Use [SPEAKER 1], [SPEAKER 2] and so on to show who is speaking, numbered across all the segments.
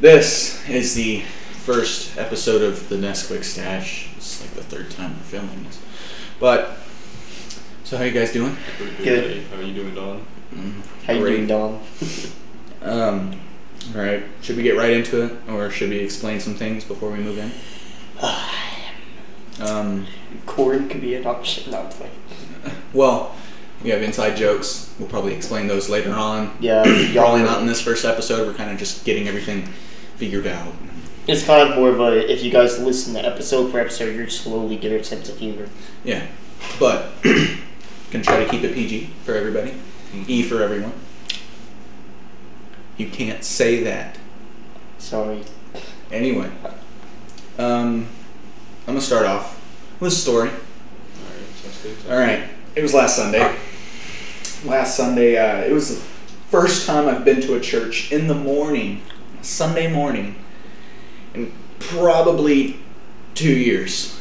[SPEAKER 1] This is the first episode of the Nesquik Stash. It's like the third time we're filming this. But, so how you guys doing?
[SPEAKER 2] Pretty
[SPEAKER 3] Good.
[SPEAKER 2] buddy. How are you doing, Don?
[SPEAKER 1] Mm,
[SPEAKER 3] How you
[SPEAKER 1] great.
[SPEAKER 3] doing, Dom?
[SPEAKER 1] Um, all right. Should we get right into it, or should we explain some things before we move in? Um,
[SPEAKER 3] Corn could be an option. No, I'm playing.
[SPEAKER 1] well, we have inside jokes. We'll probably explain those later on.
[SPEAKER 3] Yeah, y'all.
[SPEAKER 1] Probably not in this first episode. We're kind of just getting everything figured out.
[SPEAKER 3] It's kind of more of a if you guys listen to episode per episode, you're slowly getting a sense of humor.
[SPEAKER 1] Yeah, but can try to keep it PG for everybody, E for everyone. You can't say that.
[SPEAKER 3] Sorry.
[SPEAKER 1] Anyway, um, I'm gonna start off with a story.
[SPEAKER 2] Alright, sounds good.
[SPEAKER 1] All right. It was last Sunday. Last Sunday, uh, it was the first time I've been to a church in the morning, Sunday morning, in probably two years.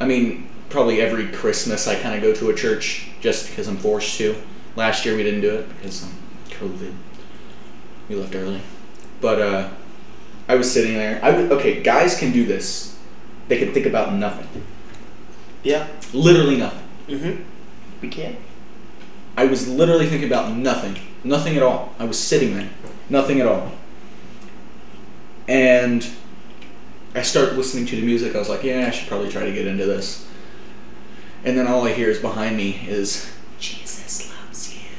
[SPEAKER 1] I mean, probably every Christmas I kind of go to a church just because I'm forced to. Last year we didn't do it because um, COVID. We left early. But uh, I was sitting there. I would, okay, guys can do this. They can think about nothing.
[SPEAKER 3] Yeah.
[SPEAKER 1] Literally nothing.
[SPEAKER 3] Mm-hmm. We can.
[SPEAKER 1] I was literally thinking about nothing. Nothing at all. I was sitting there. Nothing at all. And I start listening to the music. I was like, yeah, I should probably try to get into this. And then all I hear is behind me is, Jesus loves you.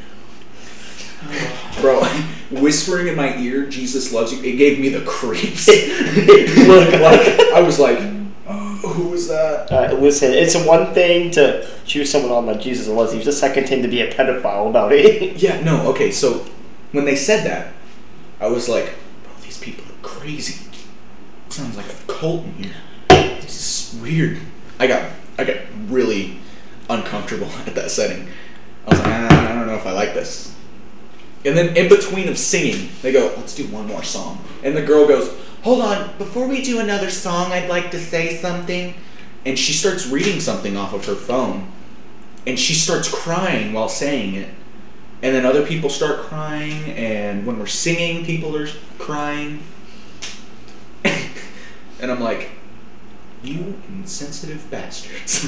[SPEAKER 1] Bro, whispering in my ear, Jesus loves you, it gave me the creeps. Look, like, I was like, oh, who was that?
[SPEAKER 3] Uh, listen, it's one thing to choose someone on like Jesus or Leslie. It's the second thing to be a pedophile about it.
[SPEAKER 1] Yeah, no, okay, so when they said that, I was like, bro, these people are crazy. Sounds like a cult in here. This is weird. I got I got really uncomfortable at that setting. I was like, ah, I don't know if I like this. And then in between of singing, they go, let's do one more song. And the girl goes, hold on, before we do another song, I'd like to say something. And she starts reading something off of her phone. And she starts crying while saying it and then other people start crying and when we're singing people are crying and i'm like you insensitive bastards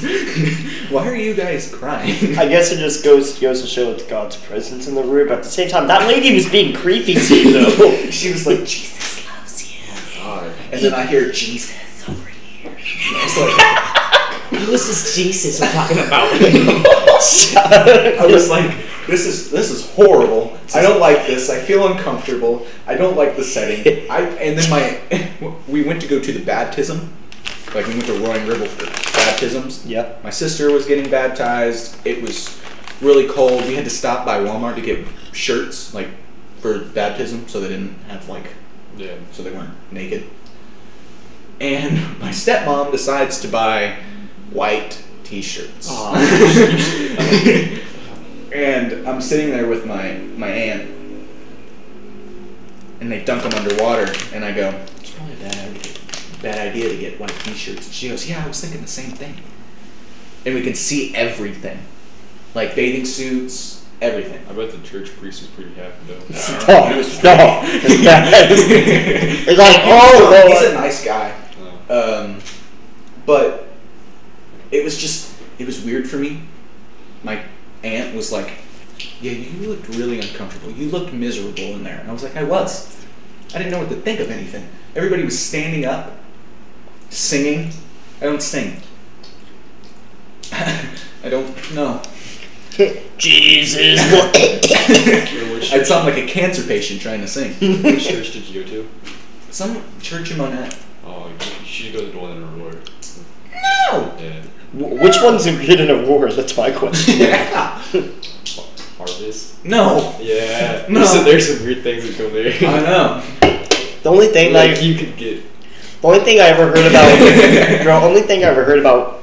[SPEAKER 1] why are you guys crying
[SPEAKER 3] I guess it just goes goes to show that God's presence in the room. But at the same time, that lady was being creepy to you, though.
[SPEAKER 1] she was like jesus loves you and then i hear jesus over here And I was like-
[SPEAKER 4] This is Jesus we're talking about.
[SPEAKER 1] I was like, this is this is horrible. I don't like this. I feel uncomfortable. I don't like the setting. I and then my we went to go to the baptism, like we went to Roaring River for baptisms.
[SPEAKER 3] yeah.
[SPEAKER 1] My sister was getting baptized. It was really cold. We had to stop by Walmart to get shirts, like for baptism, so they didn't have like
[SPEAKER 2] Yeah.
[SPEAKER 1] so they weren't naked. And my stepmom decides to buy white t-shirts. and I'm sitting there with my my aunt, and they dunk them underwater, and I go, "It's probably a bad idea, bad idea to get white t-shirts." And she goes, "Yeah, I was thinking the same thing." And we can see everything, like bathing suits, everything.
[SPEAKER 2] I bet the church priest is pretty happy though.
[SPEAKER 3] Stop. Stop. It's bad. It's like, oh, Lord.
[SPEAKER 1] he's a nice guy.
[SPEAKER 2] No.
[SPEAKER 1] Um, but it was just it was weird for me. My aunt was like, "Yeah, you looked really uncomfortable. You looked miserable in there." And I was like, "I was. I didn't know what to think of anything. Everybody was standing up, singing. I don't sing. I don't know.
[SPEAKER 3] Jesus. what-
[SPEAKER 2] Wait, Which,
[SPEAKER 1] I'd sound like a cancer patient trying to sing.
[SPEAKER 2] which church did you go to?
[SPEAKER 1] Some church in Monette.
[SPEAKER 2] Oh, you should go to the one in Aurora.
[SPEAKER 1] No.
[SPEAKER 2] Yeah.
[SPEAKER 3] Which one's a kid in a war? That's my question.
[SPEAKER 1] Yeah.
[SPEAKER 2] Harvest.
[SPEAKER 1] No.
[SPEAKER 2] Yeah.
[SPEAKER 1] No.
[SPEAKER 2] There's, some, there's some weird things that go there.
[SPEAKER 1] I know.
[SPEAKER 3] The only thing
[SPEAKER 2] like
[SPEAKER 3] like
[SPEAKER 2] you could get.
[SPEAKER 3] the only thing I ever heard about, bro. Only thing I ever heard about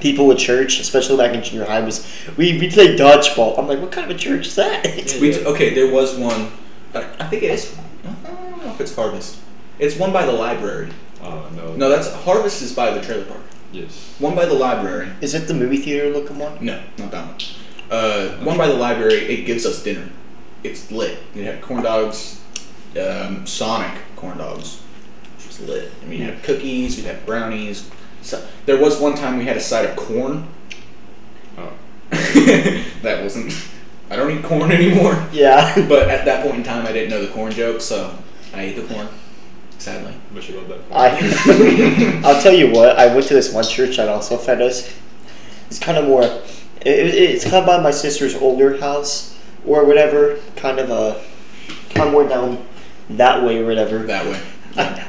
[SPEAKER 3] people at church, especially back in junior high, was we we played dodgeball. I'm like, what kind of a church is that?
[SPEAKER 1] We t- okay, there was one. I I think it is. I don't know if it's Harvest. It's one by the library.
[SPEAKER 2] Oh no.
[SPEAKER 1] No, that's Harvest is by the trailer park.
[SPEAKER 2] Yes.
[SPEAKER 1] One by the library.
[SPEAKER 3] Is it the movie theater looking one?
[SPEAKER 1] No, not that one. Uh, one by the library. It gives us dinner. It's lit. They have corn dogs, um, Sonic corn dogs. Which was lit. I mean, you had cookies, you had brownies. So, there was one time we had a side of corn.
[SPEAKER 2] Oh.
[SPEAKER 1] that wasn't. I don't eat corn anymore.
[SPEAKER 3] Yeah.
[SPEAKER 1] But at that point in time, I didn't know the corn joke, so I ate the corn. Sadly.
[SPEAKER 2] But you love that.
[SPEAKER 3] I, I'll tell you what. I went to this one church that also fed us. It's kind of more. It, it- it's kind of by my sister's older house or whatever. Kind of a. Kind of more down that way or whatever.
[SPEAKER 1] That way.
[SPEAKER 3] I-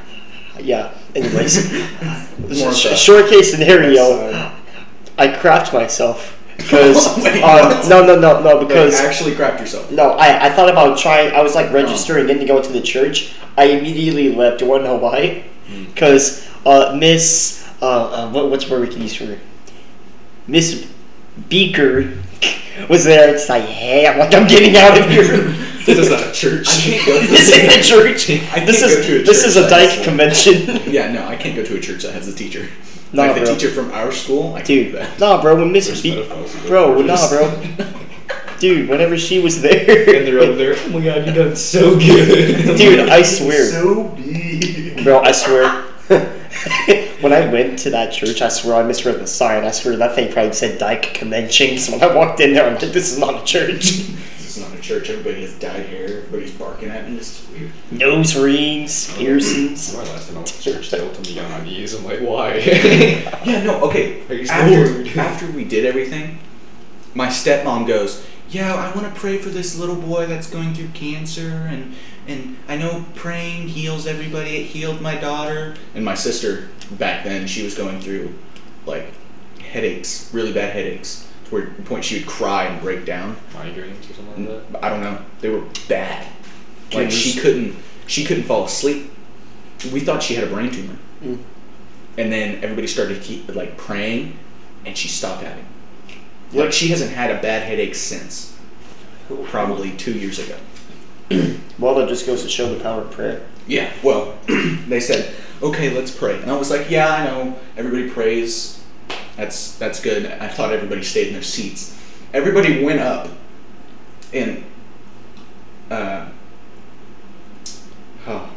[SPEAKER 3] yeah. Anyways,
[SPEAKER 1] More of
[SPEAKER 3] sh-
[SPEAKER 1] the-
[SPEAKER 3] short case scenario.
[SPEAKER 1] Side.
[SPEAKER 3] I crapped myself because
[SPEAKER 1] Wait,
[SPEAKER 3] um,
[SPEAKER 1] what?
[SPEAKER 3] no, no, no, no,
[SPEAKER 1] Like,
[SPEAKER 3] because
[SPEAKER 1] actually Oh. crapped yourself.
[SPEAKER 3] No, I, I thought about trying. I was like registering in to go to the church. I immediately left. You want to know why?
[SPEAKER 2] Hmm.
[SPEAKER 3] Because uh, Miss uh, uh, what, what's word we can use for her? Miss Beaker was there. It's like, hey, I'm like, I'm getting out of here.
[SPEAKER 2] This is not a church.
[SPEAKER 1] I can't go to
[SPEAKER 3] this
[SPEAKER 1] this.
[SPEAKER 3] isn't a church.
[SPEAKER 1] I can't
[SPEAKER 3] This
[SPEAKER 1] go
[SPEAKER 3] is
[SPEAKER 1] to a
[SPEAKER 3] this
[SPEAKER 1] church
[SPEAKER 3] is a
[SPEAKER 1] that
[SPEAKER 3] dyke
[SPEAKER 1] has-
[SPEAKER 3] convention.
[SPEAKER 1] Yeah, no, I can't go to a church that has a teacher.
[SPEAKER 3] Nah,
[SPEAKER 1] like the
[SPEAKER 3] bro.
[SPEAKER 1] teacher from our school, I
[SPEAKER 3] Dude,
[SPEAKER 1] can't do
[SPEAKER 3] nah, bro. When Miss
[SPEAKER 2] There's
[SPEAKER 3] Be-
[SPEAKER 2] pedophiles who go
[SPEAKER 3] bro,
[SPEAKER 2] to
[SPEAKER 3] nah,
[SPEAKER 2] churches.
[SPEAKER 3] bro,
[SPEAKER 1] that.
[SPEAKER 3] dude. Whenever she was there,
[SPEAKER 2] And they're over there. Oh my god, you done so good.
[SPEAKER 3] Dude, I swear.
[SPEAKER 1] So big.
[SPEAKER 3] Bro, I swear. when I went to that church, I swear I misread the sign. I swear that thing probably said Dyke Convention. So when I walked in there, I'm like, this is not a church.
[SPEAKER 1] This is not a church. Everybody has dyed hair. Everybody's barking at me. This is weird.
[SPEAKER 3] Nose rings, piercings.
[SPEAKER 2] My last time I went to church, they all told me on my knees. I'm like, why?
[SPEAKER 1] Yeah, no, okay.
[SPEAKER 2] Are you still
[SPEAKER 1] After,
[SPEAKER 2] bored?
[SPEAKER 1] after we did everything, my stepmom goes, Yeah, I want to pray for this little boy that's going through cancer. And, and I know praying heals everybody. It healed my daughter. And my sister, back then, she was going through like headaches, really bad headaches, to where the point she would cry and break down.
[SPEAKER 2] Migraines or something like
[SPEAKER 1] I don't know. They were bad.
[SPEAKER 3] Can
[SPEAKER 1] Like
[SPEAKER 3] you
[SPEAKER 1] she
[SPEAKER 3] s-
[SPEAKER 1] couldn't she couldn't fall asleep. We thought she had a brain tumor.
[SPEAKER 3] Mm.
[SPEAKER 1] And then everybody started keep, like praying and she stopped having. it.
[SPEAKER 3] Yep.
[SPEAKER 1] Like she hasn't had a bad headache since probably 2 years ago.
[SPEAKER 3] Well, that just goes to show the power of prayer.
[SPEAKER 1] Yeah, well, they said, "Okay, let's pray." And I was like, "Yeah, I know. Everybody prays. That's that's good." I thought everybody stayed in their seats. Everybody went up, and uh, huh.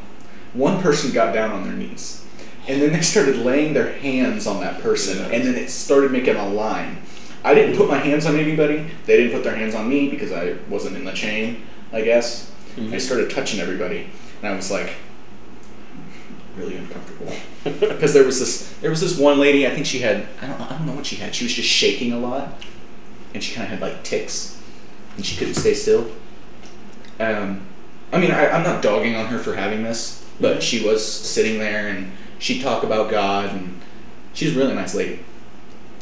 [SPEAKER 1] one person got down on their knees, and then they started laying their hands on that person,
[SPEAKER 2] Yeah.
[SPEAKER 1] and then it started making a line. I didn't put my hands on anybody. They didn't put their hands on me because I wasn't in the chain, I guess. I started touching everybody, and I was like, really uncomfortable because there was this there was this one lady. I think she had I don't I don't know what she had. She was just shaking a lot, and she kind of had like ticks, and she couldn't stay still. Um, I mean, I, I'm not dogging on her for having this, but she was sitting there and she'd talk about God, and she's a really nice lady.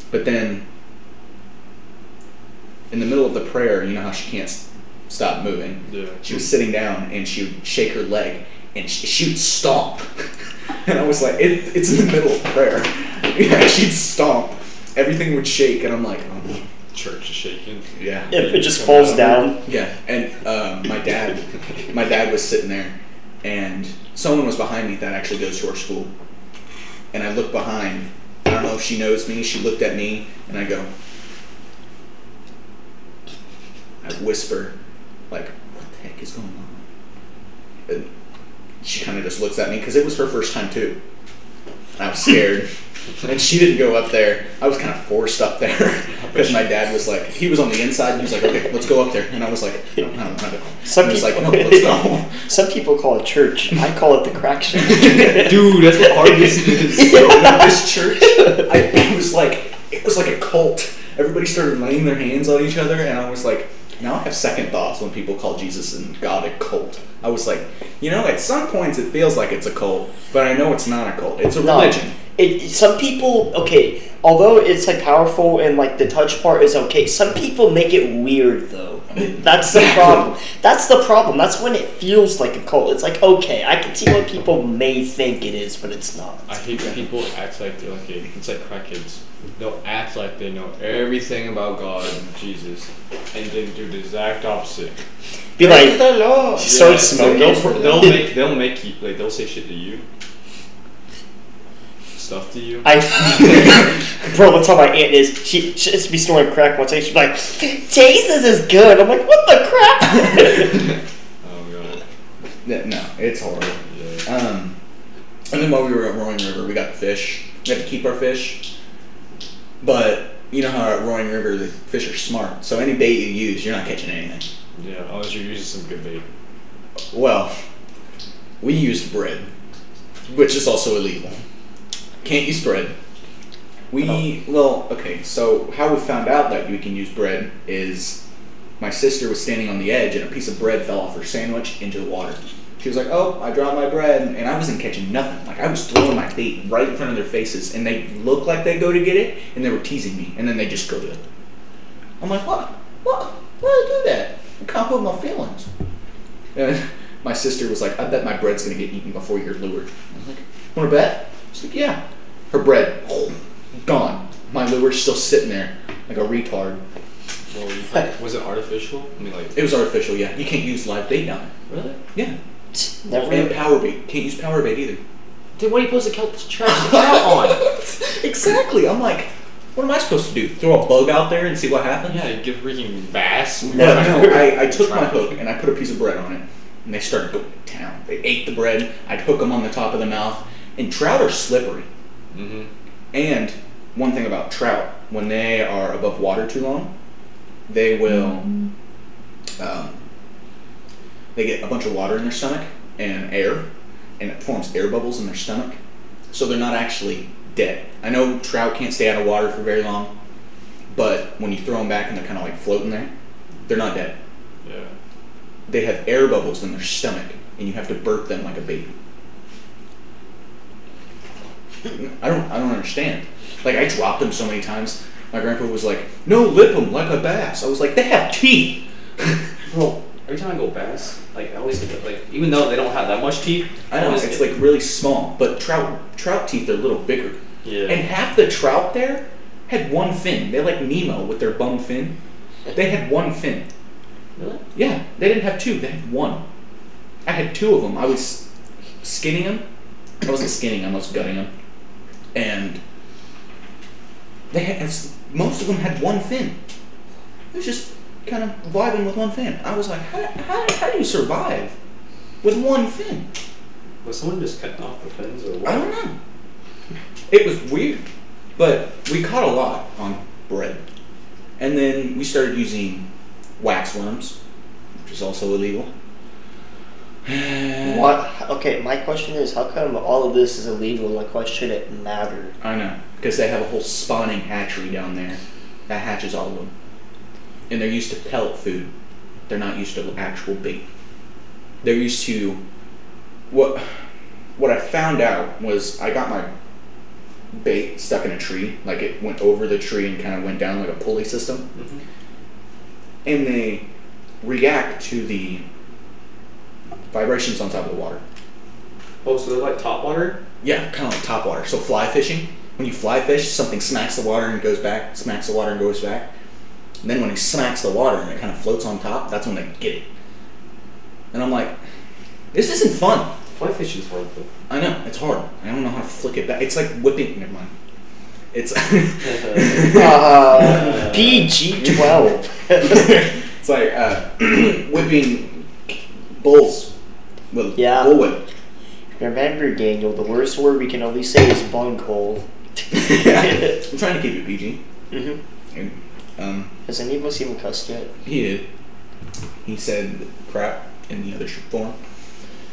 [SPEAKER 1] But then, in the middle of the prayer, you know how she can't s- stop moving
[SPEAKER 2] that. Yeah.
[SPEAKER 1] she was sitting down and she would shake her leg and she, she would stomp. and I was like, it, it's in the middle of prayer. yeah, she'd stomp. Everything would shake, and I'm like, oh,
[SPEAKER 2] Church is shaking.
[SPEAKER 1] yeah.
[SPEAKER 3] If it just falls down,
[SPEAKER 1] Yeah, and uh, my dad, my dad was sitting there, and someone was behind me that actually goes to our school, and I look behind. I don't know if she knows me. She looked at me, and I go, I whisper, like, "What the heck is going on?" And she kind of just looks at me because it was her first time too. I was scared. And she didn't go up there. I was kind of forced up there because my dad was like, he was on the inside and he was like, okay, let's go up there. And I was like, I don't, I don't want to.
[SPEAKER 3] Some
[SPEAKER 1] He was like,
[SPEAKER 3] people-
[SPEAKER 1] no, let's go.
[SPEAKER 3] some people call it church. I call it the crack show.
[SPEAKER 2] Dude, that's what harvest is.
[SPEAKER 1] So in this church, I, it was like, it was like a cult. Everybody started laying their hands on each other, and I was like, now I have second thoughts when people call Jesus and God a cult. I was like, you know, at some points it feels like it's a cult, but I know it's not a cult. It's a
[SPEAKER 3] No.
[SPEAKER 1] religion.
[SPEAKER 3] It, some people, okay, although it's like powerful and like the touch part is okay, some people make it weird though. That's the problem. That's the problem. That's when it feels like a cult. It's like, okay, I can see what people may think it is, but it's not.
[SPEAKER 2] I hate when people act like they're like a, it's like crackheads. They'll act like they know everything about God and Jesus, and then do the exact opposite.
[SPEAKER 3] Be like,
[SPEAKER 2] the Lord.
[SPEAKER 3] start
[SPEAKER 2] so
[SPEAKER 3] smoking.
[SPEAKER 2] they'll, they'll make they'll make you like they'll say shit to you, stuff to you.
[SPEAKER 3] I, bro, that's how my aunt is. She, she just be snorting crack once. She's like, Jesus is good. I'm like, what the crap?
[SPEAKER 2] oh god.
[SPEAKER 1] Yeah, No, it's horrible.
[SPEAKER 2] Yeah.
[SPEAKER 1] Um, and then while we were at Roaring River, we got fish. We had to keep our fish. But you know how at Roaring River the fish are smart. So any bait you use, you're not catching anything.
[SPEAKER 2] Yeah, unless you're using some good bait.
[SPEAKER 1] Well, we used bread, which is also illegal. Can't use bread. We well, okay. So how we found out that we can use bread is my sister was standing on the edge and a piece of bread fell off her sandwich into the water. She was like, "Oh, I dropped my bread," and I wasn't catching nothing. Like I was throwing my bait right in front of their faces, and they looked like they go to get it, and they were teasing me, and then they just go to it. I'm like, "What? What? Why do I do that? I can't put my feelings." And my sister was like, I bet my bread's gonna get eaten before you're lured. I was like, Wanna bet? She's like, Yeah. Her bread, gone. My lure's still sitting there like a retard.
[SPEAKER 2] Well, you like, was it artificial? I mean, like,
[SPEAKER 1] It was artificial, yeah. You can't use live bait now.
[SPEAKER 4] Really?
[SPEAKER 1] Yeah.
[SPEAKER 3] Oh,
[SPEAKER 1] And
[SPEAKER 3] Never.
[SPEAKER 1] power bait. Can't use power bait either.
[SPEAKER 4] Then what are you supposed to catch trash cow on?
[SPEAKER 1] exactly. I'm like, what am I supposed to do? Throw a bug out there and see what happens?
[SPEAKER 2] yeah, you give freaking bass.
[SPEAKER 1] No, no. I, I took my hook and I put a piece of bread on it, and they started going to town. They ate the bread. I'd hook them on the top of the mouth, and trout are slippery.
[SPEAKER 2] Mm-hmm.
[SPEAKER 1] And one thing about trout, when they are above water too long, they will um, they get a bunch of water in their stomach and air, and it forms air bubbles in their stomach. So they're not actually dead. I know trout can't stay out of water for very long, but when you throw them back and they're kind of like floating there, they're not dead.
[SPEAKER 2] Yeah.
[SPEAKER 1] They have air bubbles in their stomach, and you have to burp them like a baby. I don't I don't understand. Like I dropped them so many times. My grandpa was like, "No, lip them like a bass." I was like, "They have teeth."
[SPEAKER 4] Bro, every time I go bass, like I always get like even though they don't have that much teeth,
[SPEAKER 1] I know
[SPEAKER 4] always
[SPEAKER 1] it's
[SPEAKER 4] get-
[SPEAKER 1] like really small, but trout trout teeth are a little bigger.
[SPEAKER 2] Yeah.
[SPEAKER 1] And half the trout there had one fin. They like Nemo with their bum fin. They had one fin.
[SPEAKER 4] really?
[SPEAKER 1] Yeah, they didn't have two. They had one. I had two of them. I was skinning them. I wasn't skinning them. I was gutting them, and they had as- most of them had one fin. It was just kind of vibing with one fin. I was like, how, how, how do you survive with one fin?
[SPEAKER 4] Was someone just cutting off the fins or
[SPEAKER 1] I don't know. It was weird, but we caught a lot on bread. And then we started using wax worms, which is also illegal.
[SPEAKER 3] What? Okay, my question is, how come all of this is illegal? Like, why should it matter?
[SPEAKER 1] I know, because they have a whole spawning hatchery down there that hatches all of them. And they're used to pellet food. They're not used to actual bait. They're used to what what I found out was I got my bait stuck in a tree, like it went over the tree and kind of went down like a pulley system. And they react to the vibrations on top of the water.
[SPEAKER 4] Oh, so they're like top water?
[SPEAKER 1] Yeah, kind of like top water. So fly fishing, when you fly fish, something smacks the water and goes back, smacks the water and goes back. And then when it smacks the water and it kind of floats on top, that's when they get it. And I'm like, this isn't fun.
[SPEAKER 4] Fly fishing's hard though.
[SPEAKER 1] I know it's hard. I don't know how to flick it back. It's like whipping. Never mind. It's it's
[SPEAKER 3] Uh, PG twelve.
[SPEAKER 1] like uh, whipping bulls with
[SPEAKER 3] Yeah.
[SPEAKER 1] bullwhip.
[SPEAKER 3] Remember, Daniel, the worst word we can only say is bunghole. Mm-hmm.
[SPEAKER 1] I'm trying to keep it PG.
[SPEAKER 3] Mhm.
[SPEAKER 1] And, um,
[SPEAKER 3] Has any of us even cussed yet?
[SPEAKER 1] He did. He said crap in the other sh- form.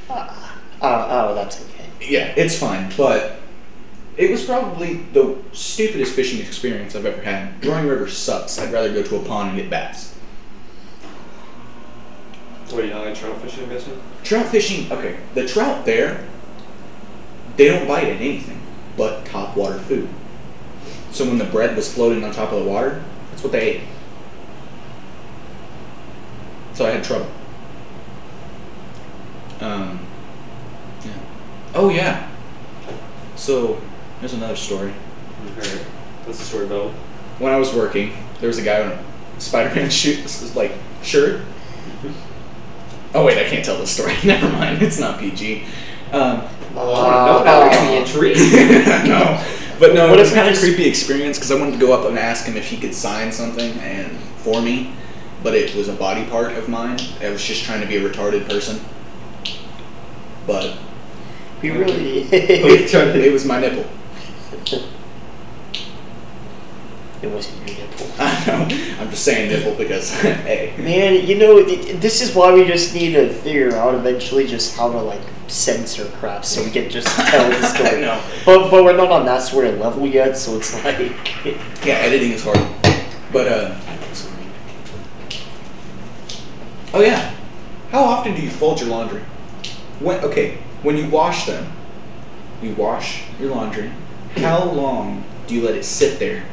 [SPEAKER 3] Oh, oh, that's okay.
[SPEAKER 1] Yeah, it's fine, but it was probably the stupidest fishing experience I've ever had. Roaring River sucks. I'd rather go to a pond and get bass.
[SPEAKER 2] Wait, you not like trout fishing, I'm guessing?
[SPEAKER 4] Mm-hmm.
[SPEAKER 1] Trout fishing, okay, the trout there, they don't bite at anything but top water food. So when the bread was floating on top of the water, that's what they ate. So I had trouble. Um, yeah. Oh, yeah. So there's another story.
[SPEAKER 2] Alright. That's the story about.
[SPEAKER 1] When I was working, there was a guy in a Spider Man shoot, this is like, shirt. Oh, wait, I can't tell this story. Never mind, it's not PG. Um,
[SPEAKER 4] Oh, no, now we're gonna be intrigued.
[SPEAKER 1] no. But no,
[SPEAKER 3] What
[SPEAKER 1] it was
[SPEAKER 3] if
[SPEAKER 1] kind
[SPEAKER 3] we
[SPEAKER 1] of
[SPEAKER 3] just-
[SPEAKER 1] creepy experience because I wanted to go up and ask him if he could sign something and for me, but it was a body part of mine. I was just trying to be a retarded person. but
[SPEAKER 3] We really.
[SPEAKER 1] it was my nipple.
[SPEAKER 3] It wasn't your nipple.
[SPEAKER 1] I know. I'm just saying nipple because hey.
[SPEAKER 3] Man, you know, th- this is why we just need to figure out eventually just how to like censor crap so we can just tell the
[SPEAKER 1] I
[SPEAKER 3] story.
[SPEAKER 1] know.
[SPEAKER 3] But but we're not on that sort of level yet, so it's like
[SPEAKER 1] Yeah, editing is hard. But uh Oh yeah. How often do you fold your laundry? When okay, when you wash them, you wash your laundry. How long do you let it sit there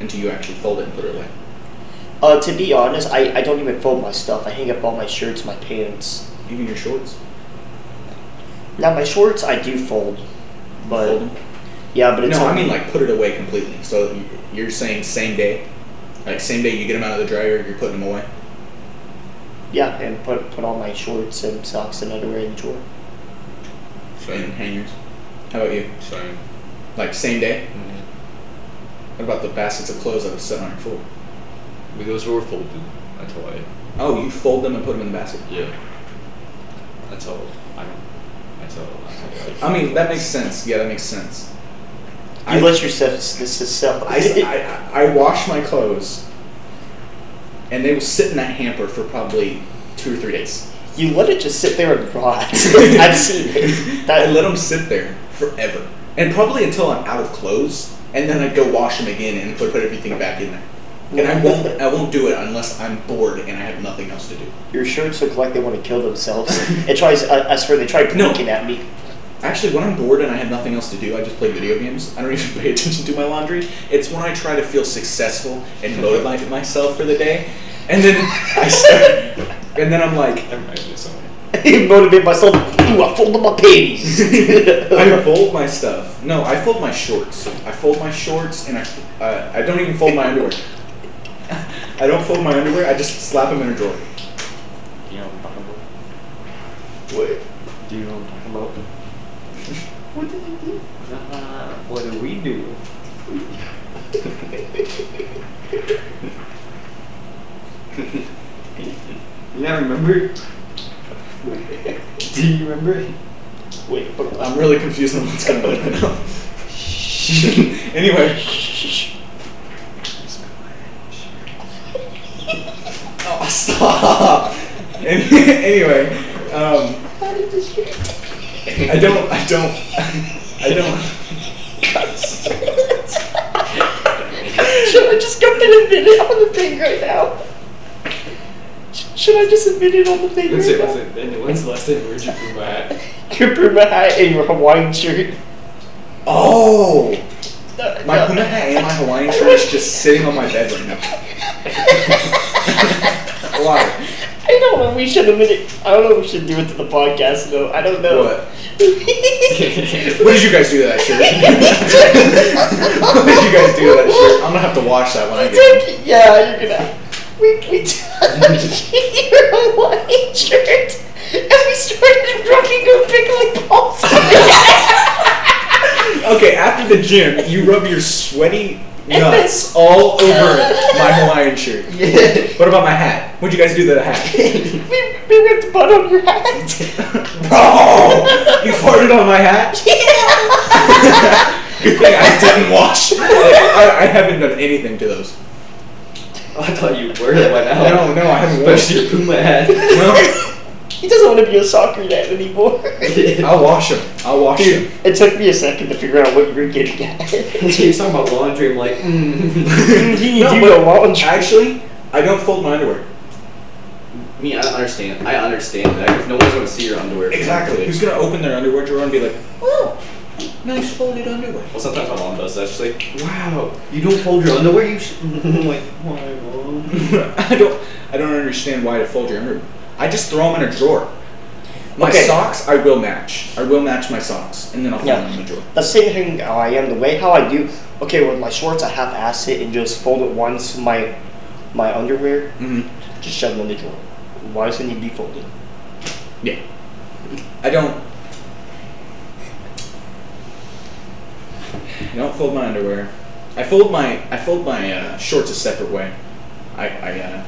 [SPEAKER 1] until you actually fold it and put it away?
[SPEAKER 3] uh, to be honest, I, I don't even fold my stuff. I hang up all my shirts, my pants.
[SPEAKER 1] Even your shorts?
[SPEAKER 3] Now my shorts I do fold, but
[SPEAKER 1] fold them?
[SPEAKER 3] yeah, but it's
[SPEAKER 1] No, I
[SPEAKER 3] only-
[SPEAKER 1] mean like put it away completely. So you- you're saying same day, like same day you get them out of the dryer, you're putting them away.
[SPEAKER 3] yeah, and put put all my shorts and socks and underwear in the drawer.
[SPEAKER 1] And
[SPEAKER 2] Same.
[SPEAKER 1] hangers. How about you?
[SPEAKER 2] Same.
[SPEAKER 1] Like same day? What about the baskets of clothes that was sitting on your floor?
[SPEAKER 2] But those were folded. That's why.
[SPEAKER 1] Oh, you fold them and put them in the basket.
[SPEAKER 2] Yeah. That's all. I don't. That's all. I,
[SPEAKER 1] I mean, that makes sense. Yeah, that makes sense.
[SPEAKER 3] You
[SPEAKER 1] I,
[SPEAKER 3] let yourself this is self.
[SPEAKER 1] I, I, I wash my clothes, and they will sit in that hamper for probably two or three days.
[SPEAKER 3] you let it just sit there and rot. I've seen it. That,
[SPEAKER 1] I let them sit there forever, and probably until I'm out of clothes, and then I go wash them again and put put everything back in there. And I won't I won't do it unless I'm bored and I have nothing else to do.
[SPEAKER 3] Your shirts look like they want to kill themselves. it tries. I, I swear they tried
[SPEAKER 1] No.
[SPEAKER 3] looking at me.
[SPEAKER 1] Actually, when I'm bored and I have nothing else to do, I just play video games. I don't even pay attention to my laundry. It's when I try to feel successful and motivate myself for the day, and then I start, and then I'm like,
[SPEAKER 2] I might be something.
[SPEAKER 3] Motivate myself. Ooh, I folded my panties.
[SPEAKER 1] I fold my stuff. No, I fold my shorts. I fold my shorts, and I, uh, I don't even fold my underwear. I don't fold my underwear. I just slap them in a drawer.
[SPEAKER 4] You know what I'm talking about?
[SPEAKER 1] Wait.
[SPEAKER 4] Do you know what I'm talking about? what did you do? Uh, what did we do? you not remember? do you remember?
[SPEAKER 3] Wait, hold on.
[SPEAKER 1] I'm really confused on what's going on. now. anyway. Oh, stop. Any- anyway, um, I don't, I don't, I don't.
[SPEAKER 3] Should I just go and admit it on the thing right now? Sh- Should I just admit it on the thing
[SPEAKER 2] When's
[SPEAKER 3] right
[SPEAKER 2] it?
[SPEAKER 3] now?
[SPEAKER 2] When's it? Then when's the last time you were drinking my hat?
[SPEAKER 3] Your Puma hat and your Hawaiian shirt.
[SPEAKER 1] Oh,
[SPEAKER 3] No,
[SPEAKER 1] my
[SPEAKER 3] no.
[SPEAKER 1] Puma hat and my Hawaiian shirt is just sitting on my bed right now. Why?
[SPEAKER 3] I don't know. We should admit it. I don't know. if We should do it to the podcast though. I don't know.
[SPEAKER 1] What? What did you guys do to that shirt? what did you guys do to that shirt? I'm gonna have to wash that when I
[SPEAKER 3] We
[SPEAKER 1] get.
[SPEAKER 3] took, yeah, you're gonna. We, we took your Hawaiian shirt and we started rubbing her pickling balls on her ass.
[SPEAKER 1] home. Okay, after the gym, you rub your sweaty nuts all over my Hawaiian shirt. What about my hat? What'd you guys do to the hat?
[SPEAKER 3] we, we ripped butt on your hat.
[SPEAKER 1] Oh, you farted on my hat. Good thing I didn't wash. I, I haven't done anything to those.
[SPEAKER 4] Oh, I thought you were by now.
[SPEAKER 1] No, no, I haven't washed.
[SPEAKER 4] Especially your Puma hat.
[SPEAKER 1] No,
[SPEAKER 3] he doesn't want to be a soccer dad anymore.
[SPEAKER 1] I'll wash them. I'll wash them.
[SPEAKER 3] Dude, it took me a second to figure out what you were getting at.
[SPEAKER 4] You're talking about laundry. I'm like, mm.
[SPEAKER 3] you
[SPEAKER 1] No,
[SPEAKER 3] do
[SPEAKER 1] but
[SPEAKER 3] a laundry.
[SPEAKER 1] Actually, I don't fold my underwear.
[SPEAKER 4] me. I understand. I understand that 'cause no one's gonna see your underwear.
[SPEAKER 1] Exactly. Who's gonna open their underwear drawer and be like, "Oh, nice folded underwear."
[SPEAKER 4] Well, sometimes my mom does that. She's like, "Wow, you don't fold your underwear." You should. I'm like, "Oh, why, mom?
[SPEAKER 1] I don't, I don't understand why to fold your underwear. I just throw them in a drawer. My
[SPEAKER 3] Okay.
[SPEAKER 1] socks, I will match. I will match my socks, and then I'll fold
[SPEAKER 3] Yeah.
[SPEAKER 1] them in the drawer.
[SPEAKER 3] the same thing how I am, the way how I do. Okay, with my shorts, I half ass it and just fold it once. My my underwear,
[SPEAKER 1] hmm
[SPEAKER 3] just shove them in the drawer. Why doesn't he be folded?
[SPEAKER 1] Yeah. I don't. I don't fold my underwear. I fold my I fold my uh, shorts a separate way. I, I uh,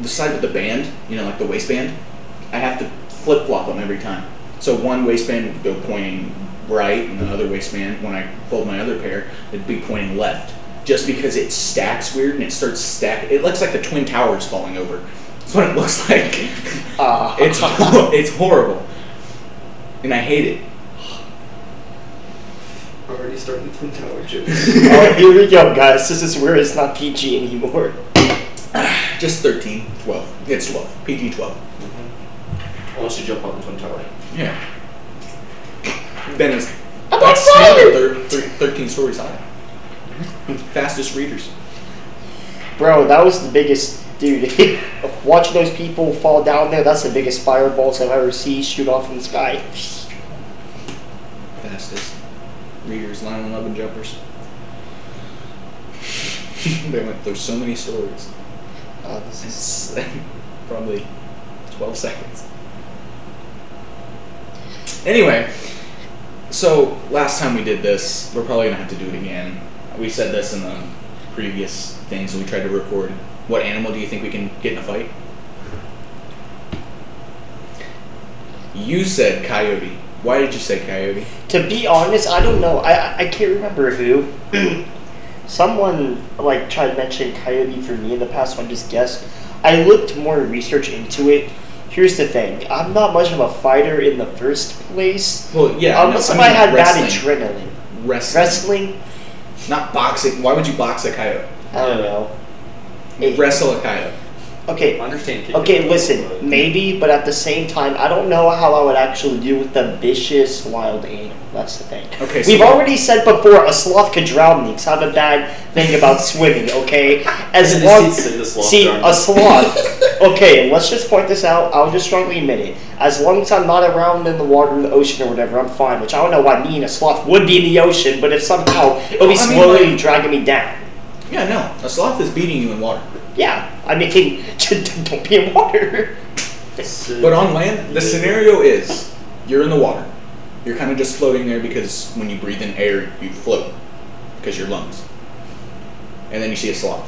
[SPEAKER 1] the side with the band, you know, like the waistband. I have to flip flop them every time. So one waistband would go pointing right, and the other waistband, when I fold my other pair, it'd be pointing left. Just because it stacks weird and it starts stacking. It looks like the Twin Towers falling over. That's what it looks like.
[SPEAKER 3] Ah.
[SPEAKER 1] it's, hor- it's horrible. And I hate it.
[SPEAKER 4] Already starting Twin Tower jokes.
[SPEAKER 3] Alright, here we go, guys. This is where it's not PG anymore.
[SPEAKER 1] Just 13, 12. It's 12. PG 12.
[SPEAKER 4] Unless you jump on the Twin Tower.
[SPEAKER 1] Yeah. Then it's
[SPEAKER 3] I'm
[SPEAKER 1] that's
[SPEAKER 3] excited!
[SPEAKER 1] another thir- thir- 13 stories high. Fastest readers.
[SPEAKER 3] Bro, that was the biggest. Dude, watching those people fall down there, that's the biggest fireballs I've ever seen shoot off in the sky.
[SPEAKER 1] Fastest readers, Lionel Love and Jumpers. they went through so many stories.
[SPEAKER 3] Uh, this is-
[SPEAKER 1] It's probably 12 seconds. Anyway, so last time we did this, we're probably gonna have to do it again. We said this in the previous things we tried to record. What animal do you think we can get in a fight? You said coyote. Why did you say coyote?
[SPEAKER 3] To be honest, I don't know. I I- I can't remember who. Someone like tried to mention coyote for me in the past. So I just guessed. I looked more research into it. Here's the thing: I'm not much of a fighter in the first place.
[SPEAKER 1] Well, yeah, no,
[SPEAKER 3] unless
[SPEAKER 1] I
[SPEAKER 3] I,
[SPEAKER 1] mean
[SPEAKER 3] Um, had bad
[SPEAKER 1] wrestling.
[SPEAKER 3] adrenaline.
[SPEAKER 1] Wrestling.
[SPEAKER 3] Wrestling,
[SPEAKER 1] Not boxing. Why would you box a coyote?
[SPEAKER 3] I don't know. It-
[SPEAKER 1] Wrestle a coyote.
[SPEAKER 3] Okay,
[SPEAKER 2] understand. kicking
[SPEAKER 3] okay.
[SPEAKER 2] people, but-
[SPEAKER 3] Listen, maybe, but at the same time, I don't know how I would actually deal with the vicious wild animal. That's the thing.
[SPEAKER 1] Okay, so
[SPEAKER 3] We've already said before a sloth could drown me. It's not a bad thing about swimming, okay? As
[SPEAKER 4] And
[SPEAKER 3] long
[SPEAKER 4] it's- it's a sloth
[SPEAKER 3] see
[SPEAKER 4] drown.
[SPEAKER 3] a sloth. okay, let's just point this out. I'll just strongly admit it. As long as I'm not around in the water, in the ocean, or whatever, I'm fine. Which I don't know why me and a sloth would be in the ocean, but if somehow it'll be
[SPEAKER 1] I mean,
[SPEAKER 3] slowly
[SPEAKER 1] like-
[SPEAKER 3] dragging me down.
[SPEAKER 1] Yeah, no. A sloth is beating you in water.
[SPEAKER 3] Yeah, I mean, don't be in water.
[SPEAKER 1] But on land, the scenario is you're in the water. You're kind of just floating there because when you breathe in air, you float because your lungs. And then you see a sloth.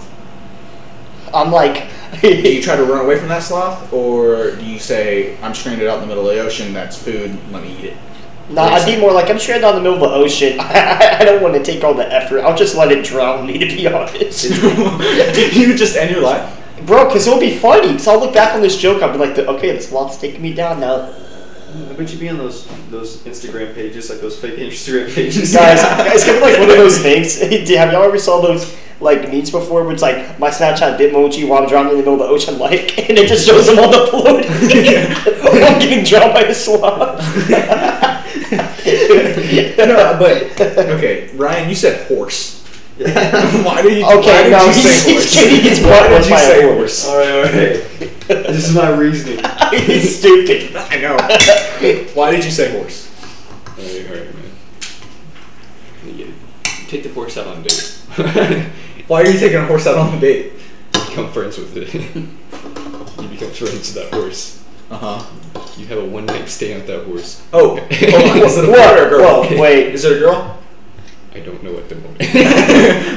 [SPEAKER 3] I'm like,
[SPEAKER 1] Do you try to run away from that sloth, or do you say, "I'm stranded out in the middle of the ocean. That's food. Let me eat it."
[SPEAKER 3] Nah, I'd be more like I'm stranded on the middle of the ocean. I, don't want to take all the effort. I'll just let it drown me, to be honest,
[SPEAKER 1] you just end your life.
[SPEAKER 3] bro. Because it'll be funny. Because I'll look back on this joke. I'll be like, okay, this lot's taking me down now,
[SPEAKER 4] I bet you be on those those Instagram pages, like those fake Instagram pages.
[SPEAKER 3] guys. It's gonna be like one of those things. Have y'all ever saw those like memes before? Where it's like my Snapchat Bitmoji while I'm drowning in the middle of the ocean, like, and it just shows them on the float. I'm getting drowned by a sloth.
[SPEAKER 1] no, but okay, Ryan, you said horse. why did you? why
[SPEAKER 3] Okay,
[SPEAKER 1] did
[SPEAKER 3] no,
[SPEAKER 1] you
[SPEAKER 3] he's,
[SPEAKER 1] say
[SPEAKER 3] he's
[SPEAKER 1] horse?
[SPEAKER 3] kidding. His
[SPEAKER 1] Why
[SPEAKER 3] butt
[SPEAKER 1] did
[SPEAKER 3] was
[SPEAKER 1] you
[SPEAKER 3] by
[SPEAKER 1] say
[SPEAKER 3] a
[SPEAKER 1] horse?
[SPEAKER 3] horse.
[SPEAKER 4] All right, all right. This is my reasoning.
[SPEAKER 3] he's stupid.
[SPEAKER 1] I know. Why did you say horse?
[SPEAKER 2] Alright, alright, man. You get it. Take the forks out on date.
[SPEAKER 1] Why are you taking a horse out on a date?
[SPEAKER 2] become friends with it. you become friends with that horse.
[SPEAKER 1] Uh huh.
[SPEAKER 2] You have a one night stand with that horse.
[SPEAKER 1] Oh, hold on. Is it a boy or a girl?
[SPEAKER 3] Whoa, whoa, wait.
[SPEAKER 1] Is it a girl?
[SPEAKER 2] I don't know at the moment.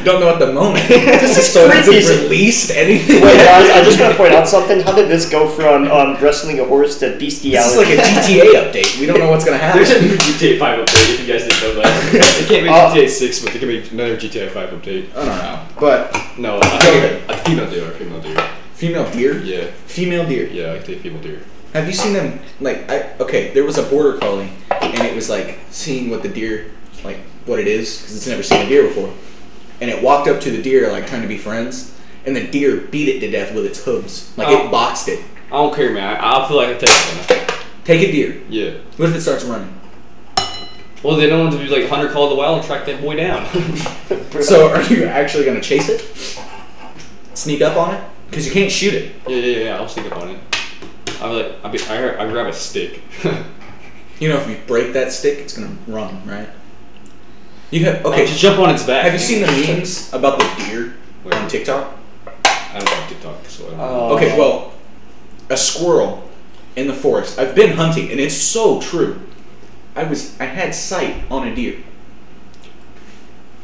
[SPEAKER 1] Don't know at the moment. This
[SPEAKER 3] is
[SPEAKER 1] so has
[SPEAKER 3] creepy.
[SPEAKER 1] it released anything?
[SPEAKER 3] Wait, guys, I just want to point out something. How did this go from um, wrestling a horse to
[SPEAKER 1] This is like
[SPEAKER 3] bestiality?
[SPEAKER 1] a GTA update. We don't know what's gonna happen.
[SPEAKER 4] There's a new GTA 5 update if you guys didn't know that.
[SPEAKER 2] they can't make
[SPEAKER 3] Uh,
[SPEAKER 2] GTA 6, but they can make another GTA 5 update.
[SPEAKER 1] I don't know. But
[SPEAKER 2] No, I think a female deer, a female deer.
[SPEAKER 1] female deer.
[SPEAKER 2] Yeah,
[SPEAKER 1] Female deer.
[SPEAKER 2] yeah, I take female deer.
[SPEAKER 1] Have you seen them? Like, I okay, there was a border collie, and it was like seeing what the deer, like what it is, because it's never seen a deer before. And it walked up to the deer, like trying to be friends, and the deer beat it to death with its hooves. Like
[SPEAKER 2] Oh.
[SPEAKER 1] it boxed it.
[SPEAKER 2] I don't care, man. I, I feel like I take one.
[SPEAKER 1] Take a deer.
[SPEAKER 2] Yeah.
[SPEAKER 1] What if it starts running?
[SPEAKER 2] Well, they don't want to be like Hunter Call the Wild and track that boy down.
[SPEAKER 1] So are you actually gonna chase it? Sneak up on it? Because you can't shoot it.
[SPEAKER 2] yeah, yeah, yeah. I'll sneak up on it. I'm like, I be, I, I grab a stick.
[SPEAKER 1] You know, if you break that stick, it's gonna run, right? You have
[SPEAKER 2] okay,
[SPEAKER 1] okay.
[SPEAKER 2] just jump on its back.
[SPEAKER 1] Have you seen the memes about the deer
[SPEAKER 2] Wait.
[SPEAKER 1] on TikTok?
[SPEAKER 2] I don't have TikTok, so I don't know.
[SPEAKER 3] Oh.
[SPEAKER 1] Okay, well, a squirrel in the forest. I've been hunting, and it's so true. I was I had sight on a deer,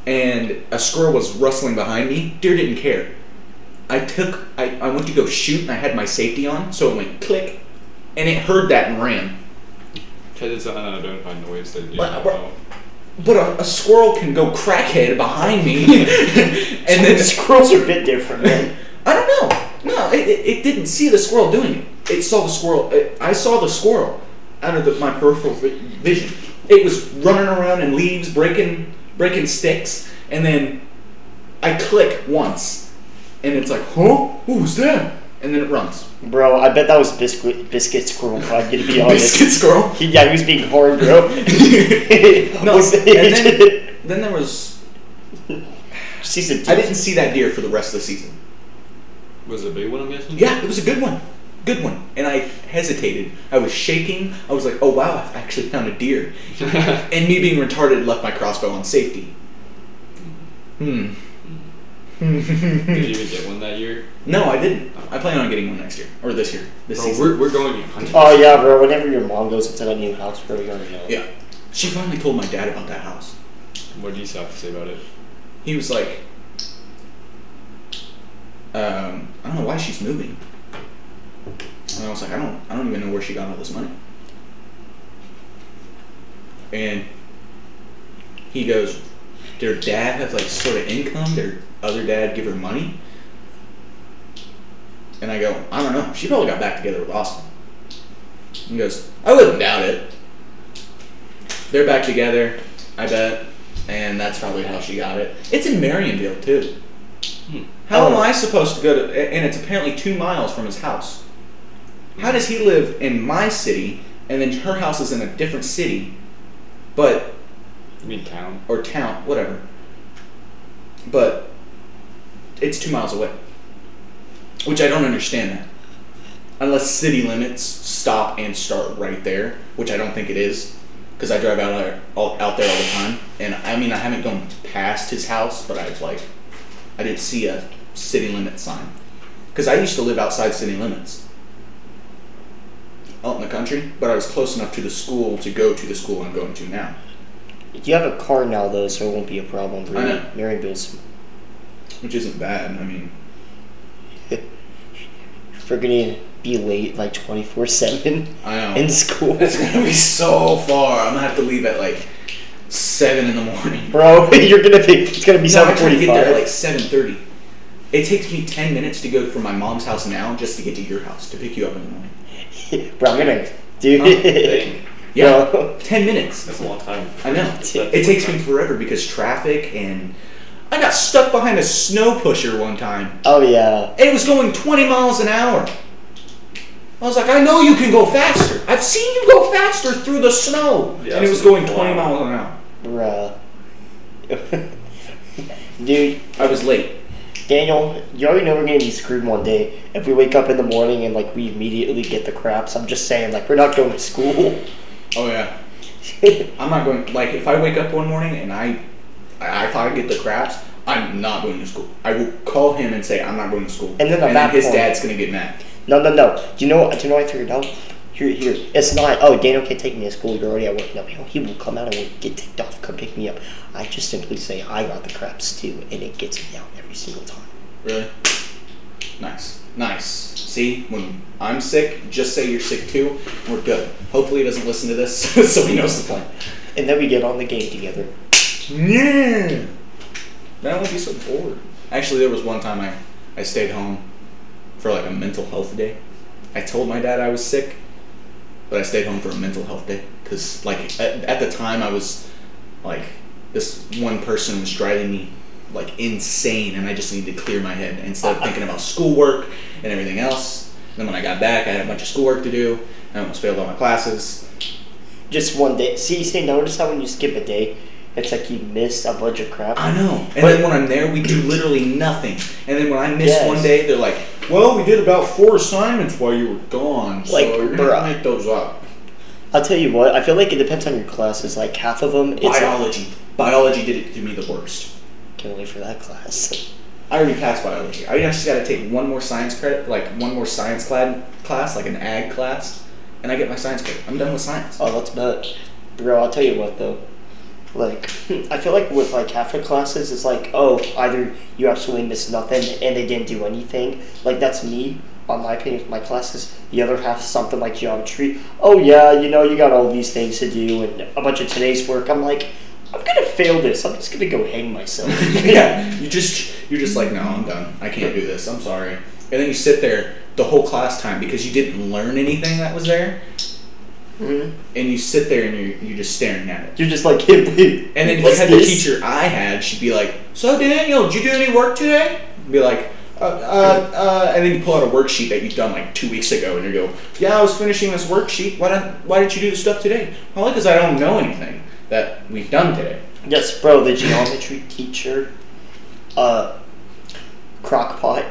[SPEAKER 1] and a squirrel was rustling behind me. Deer didn't care. I took I, I went to go shoot, and I had my safety on, so it went click, and it heard that and ran.
[SPEAKER 2] Because it's an unidentified noise that you
[SPEAKER 1] But-
[SPEAKER 2] don't
[SPEAKER 1] but-
[SPEAKER 2] know.
[SPEAKER 1] But a, a squirrel can go crackhead behind me, and then
[SPEAKER 3] squirrels are a bit different, man.
[SPEAKER 1] I don't know. No, it, it, it didn't see the squirrel doing it. It saw the squirrel. It, I saw the squirrel out of the, my peripheral vi- vision. It was running around in leaves, breaking breaking sticks, and then I click once, and it's like, huh? What was that? And then it runs.
[SPEAKER 3] Bro, I bet that was biscuit biscuit squirrel. I'm gonna be honest.
[SPEAKER 1] Biscuit squirrel.
[SPEAKER 3] He, yeah, he was being horned, bro.
[SPEAKER 1] no,
[SPEAKER 3] Was-
[SPEAKER 1] and then, then there was.
[SPEAKER 3] She's a
[SPEAKER 1] I didn't see that deer for the rest of the season.
[SPEAKER 2] Was it a big one, I'm guessing?
[SPEAKER 1] Yeah, it was a good one. Good one. And I hesitated. I was shaking. I was like, oh wow, I've actually found a deer. And me being retarded left my crossbow on safety. Hmm.
[SPEAKER 2] Did you even get one that year?
[SPEAKER 1] no, I didn't. I plan on getting one next year. Or this year. This
[SPEAKER 2] Bro,
[SPEAKER 1] season.
[SPEAKER 2] Oh, we're, we're going to hunt.
[SPEAKER 3] Oh yeah, bro. Whenever your mom goes into that new house, bro, you already know.
[SPEAKER 1] Yeah. She finally told my dad about that house.
[SPEAKER 2] What do you have to say about it?
[SPEAKER 1] He was like, um, I don't know why she's moving. And I was like, I don't, I don't even know where she got all this money. And he goes, did her dad have like sort of income? Did her other dad give her money? And I go, I don't know. She probably got back together with Austin. He goes, I wouldn't doubt it. They're back together, I bet. And that's probably how she got it. It's in Marionville, too.
[SPEAKER 2] Hmm.
[SPEAKER 1] How am
[SPEAKER 3] Oh.
[SPEAKER 1] I supposed to go to. a- And it's apparently two miles from his house. How does he live in my city and then her house is in a different city, but.
[SPEAKER 2] You mean town?
[SPEAKER 1] or town, whatever. But it's two miles away. Which I don't understand that. Unless city limits stop and start right there, which I don't think it is, because I drive out there, all, out there all the time, and I mean I haven't gone past his house, but I've like, I didn't see a city limit sign, because I used to live outside city limits, out in the country, but I was close enough to the school to go to the school I'm going to now.
[SPEAKER 3] You have a car now though, so it won't be a problem for
[SPEAKER 1] I
[SPEAKER 3] you.
[SPEAKER 1] know.
[SPEAKER 3] Maryville's
[SPEAKER 1] Which isn't bad. I mean,
[SPEAKER 3] we're gonna be late like twenty four seven
[SPEAKER 1] I know.
[SPEAKER 3] in school.
[SPEAKER 1] It's gonna be so far. I'm gonna have to leave at like seven in the morning.
[SPEAKER 3] Bro, you're gonna be it's gonna be
[SPEAKER 1] No, I
[SPEAKER 3] seven
[SPEAKER 1] try to
[SPEAKER 3] forty
[SPEAKER 1] get there at like
[SPEAKER 3] five.
[SPEAKER 1] seven thirty. It takes me ten minutes to go from my mom's house now just to get to your house to pick you up in the morning.
[SPEAKER 3] Bro, I'm gonna dude.
[SPEAKER 1] Oh,
[SPEAKER 2] Dang,
[SPEAKER 1] Yeah,
[SPEAKER 3] Bro.
[SPEAKER 1] ten minutes.
[SPEAKER 4] That's a long time.
[SPEAKER 1] I know. It takes me forever because traffic and I got stuck behind a snow pusher one time.
[SPEAKER 3] Oh yeah.
[SPEAKER 1] It was going twenty miles an hour. I was like, I know you can go faster. I've seen you go faster through the snow,
[SPEAKER 4] Yeah,
[SPEAKER 1] and it was
[SPEAKER 4] it's
[SPEAKER 1] going
[SPEAKER 4] a
[SPEAKER 1] twenty
[SPEAKER 4] lot.
[SPEAKER 1] miles an hour.
[SPEAKER 3] Bruh. Dude,
[SPEAKER 1] I was late.
[SPEAKER 3] Daniel, you already know we're gonna be screwed one day if we wake up in the morning and like we immediately get the craps. I'm just saying, like we're not going to school.
[SPEAKER 1] Oh yeah. I'm not going. Like, if I wake up one morning and I, I, I thought I get the craps, I'm not going to school. I will call him and say I'm not going to school.
[SPEAKER 3] And then at that
[SPEAKER 1] his
[SPEAKER 3] point-
[SPEAKER 1] dad's gonna get mad.
[SPEAKER 3] No, no, no. Do you know? what- Do you know? What I figured out. Here, here. It's not. Oh, Daniel can't take me to school. You're already at work. No, he'll- he will come out and will get ticked off. Come pick me up. I just simply say I got the craps too, and it gets me out every single time.
[SPEAKER 1] Really? Nice, nice. See, when I'm sick, just say you're sick too. We're good. Hopefully, he doesn't listen to this, so he knows the plan.
[SPEAKER 3] And then we get on the game together.
[SPEAKER 1] Yeah. Then I won't be so bored. Actually, there was one time I, I stayed home for like a mental health day. I told my dad I was sick, but I stayed home for a mental health day because, like, at, at the time I was like, this one person was driving me like insane, and I just needed to clear my head instead of thinking about schoolwork and everything else. And then when I got back, I had a bunch of schoolwork to do. I almost failed all my classes.
[SPEAKER 3] Just one day. See, see. Notice how when you skip a day, it's like you missed a bunch of crap.
[SPEAKER 1] I know. And then when I'm there, we do literally nothing. And then when I miss
[SPEAKER 3] Yes.
[SPEAKER 1] one day, they're like, "Well, we did about four assignments while you were gone, so
[SPEAKER 3] Like,
[SPEAKER 1] you're
[SPEAKER 3] bruh.
[SPEAKER 1] gonna make those up."
[SPEAKER 3] I'll tell you what. I feel like it depends on your classes. Like half of them, it's
[SPEAKER 1] biology. biology did it to me the worst.
[SPEAKER 3] can't wait for that class.
[SPEAKER 1] I already passed biology. I just got to take one more science credit, like one more science clad class, like an ag class, and I get my science credit. I'm done with science.
[SPEAKER 3] Oh, that's bad. Bro, I'll tell you what though. Like, I feel like with like half the classes, it's like, oh, either you absolutely missed nothing and they didn't do anything. Like that's me, on my opinion for my classes. The other half something like geometry. Oh yeah, you know you got all these things to do and a bunch of today's work. I'm like, I'm gonna fail this. I'm just gonna go hang myself.
[SPEAKER 1] yeah, you just you're just like, no, I'm done. I can't do this. I'm sorry. And then you sit there the whole class time because you didn't learn anything that was there,
[SPEAKER 3] Mhm.
[SPEAKER 1] and you sit there and you're you're just staring at it.
[SPEAKER 3] You're just like, hey, wait,
[SPEAKER 1] And then if you
[SPEAKER 3] what's
[SPEAKER 1] had
[SPEAKER 3] this?
[SPEAKER 1] the teacher I had, she'd be like, "So Daniel, did you do any work today?" I'd be like, uh, uh, uh, and then you pull out a worksheet that you've done like two weeks ago, and you go, "Yeah, I was finishing this worksheet. Why did Why did you do the stuff today?" Well, because I don't know anything that we've done today.
[SPEAKER 3] Yes, bro, the geometry teacher, uh, crockpot.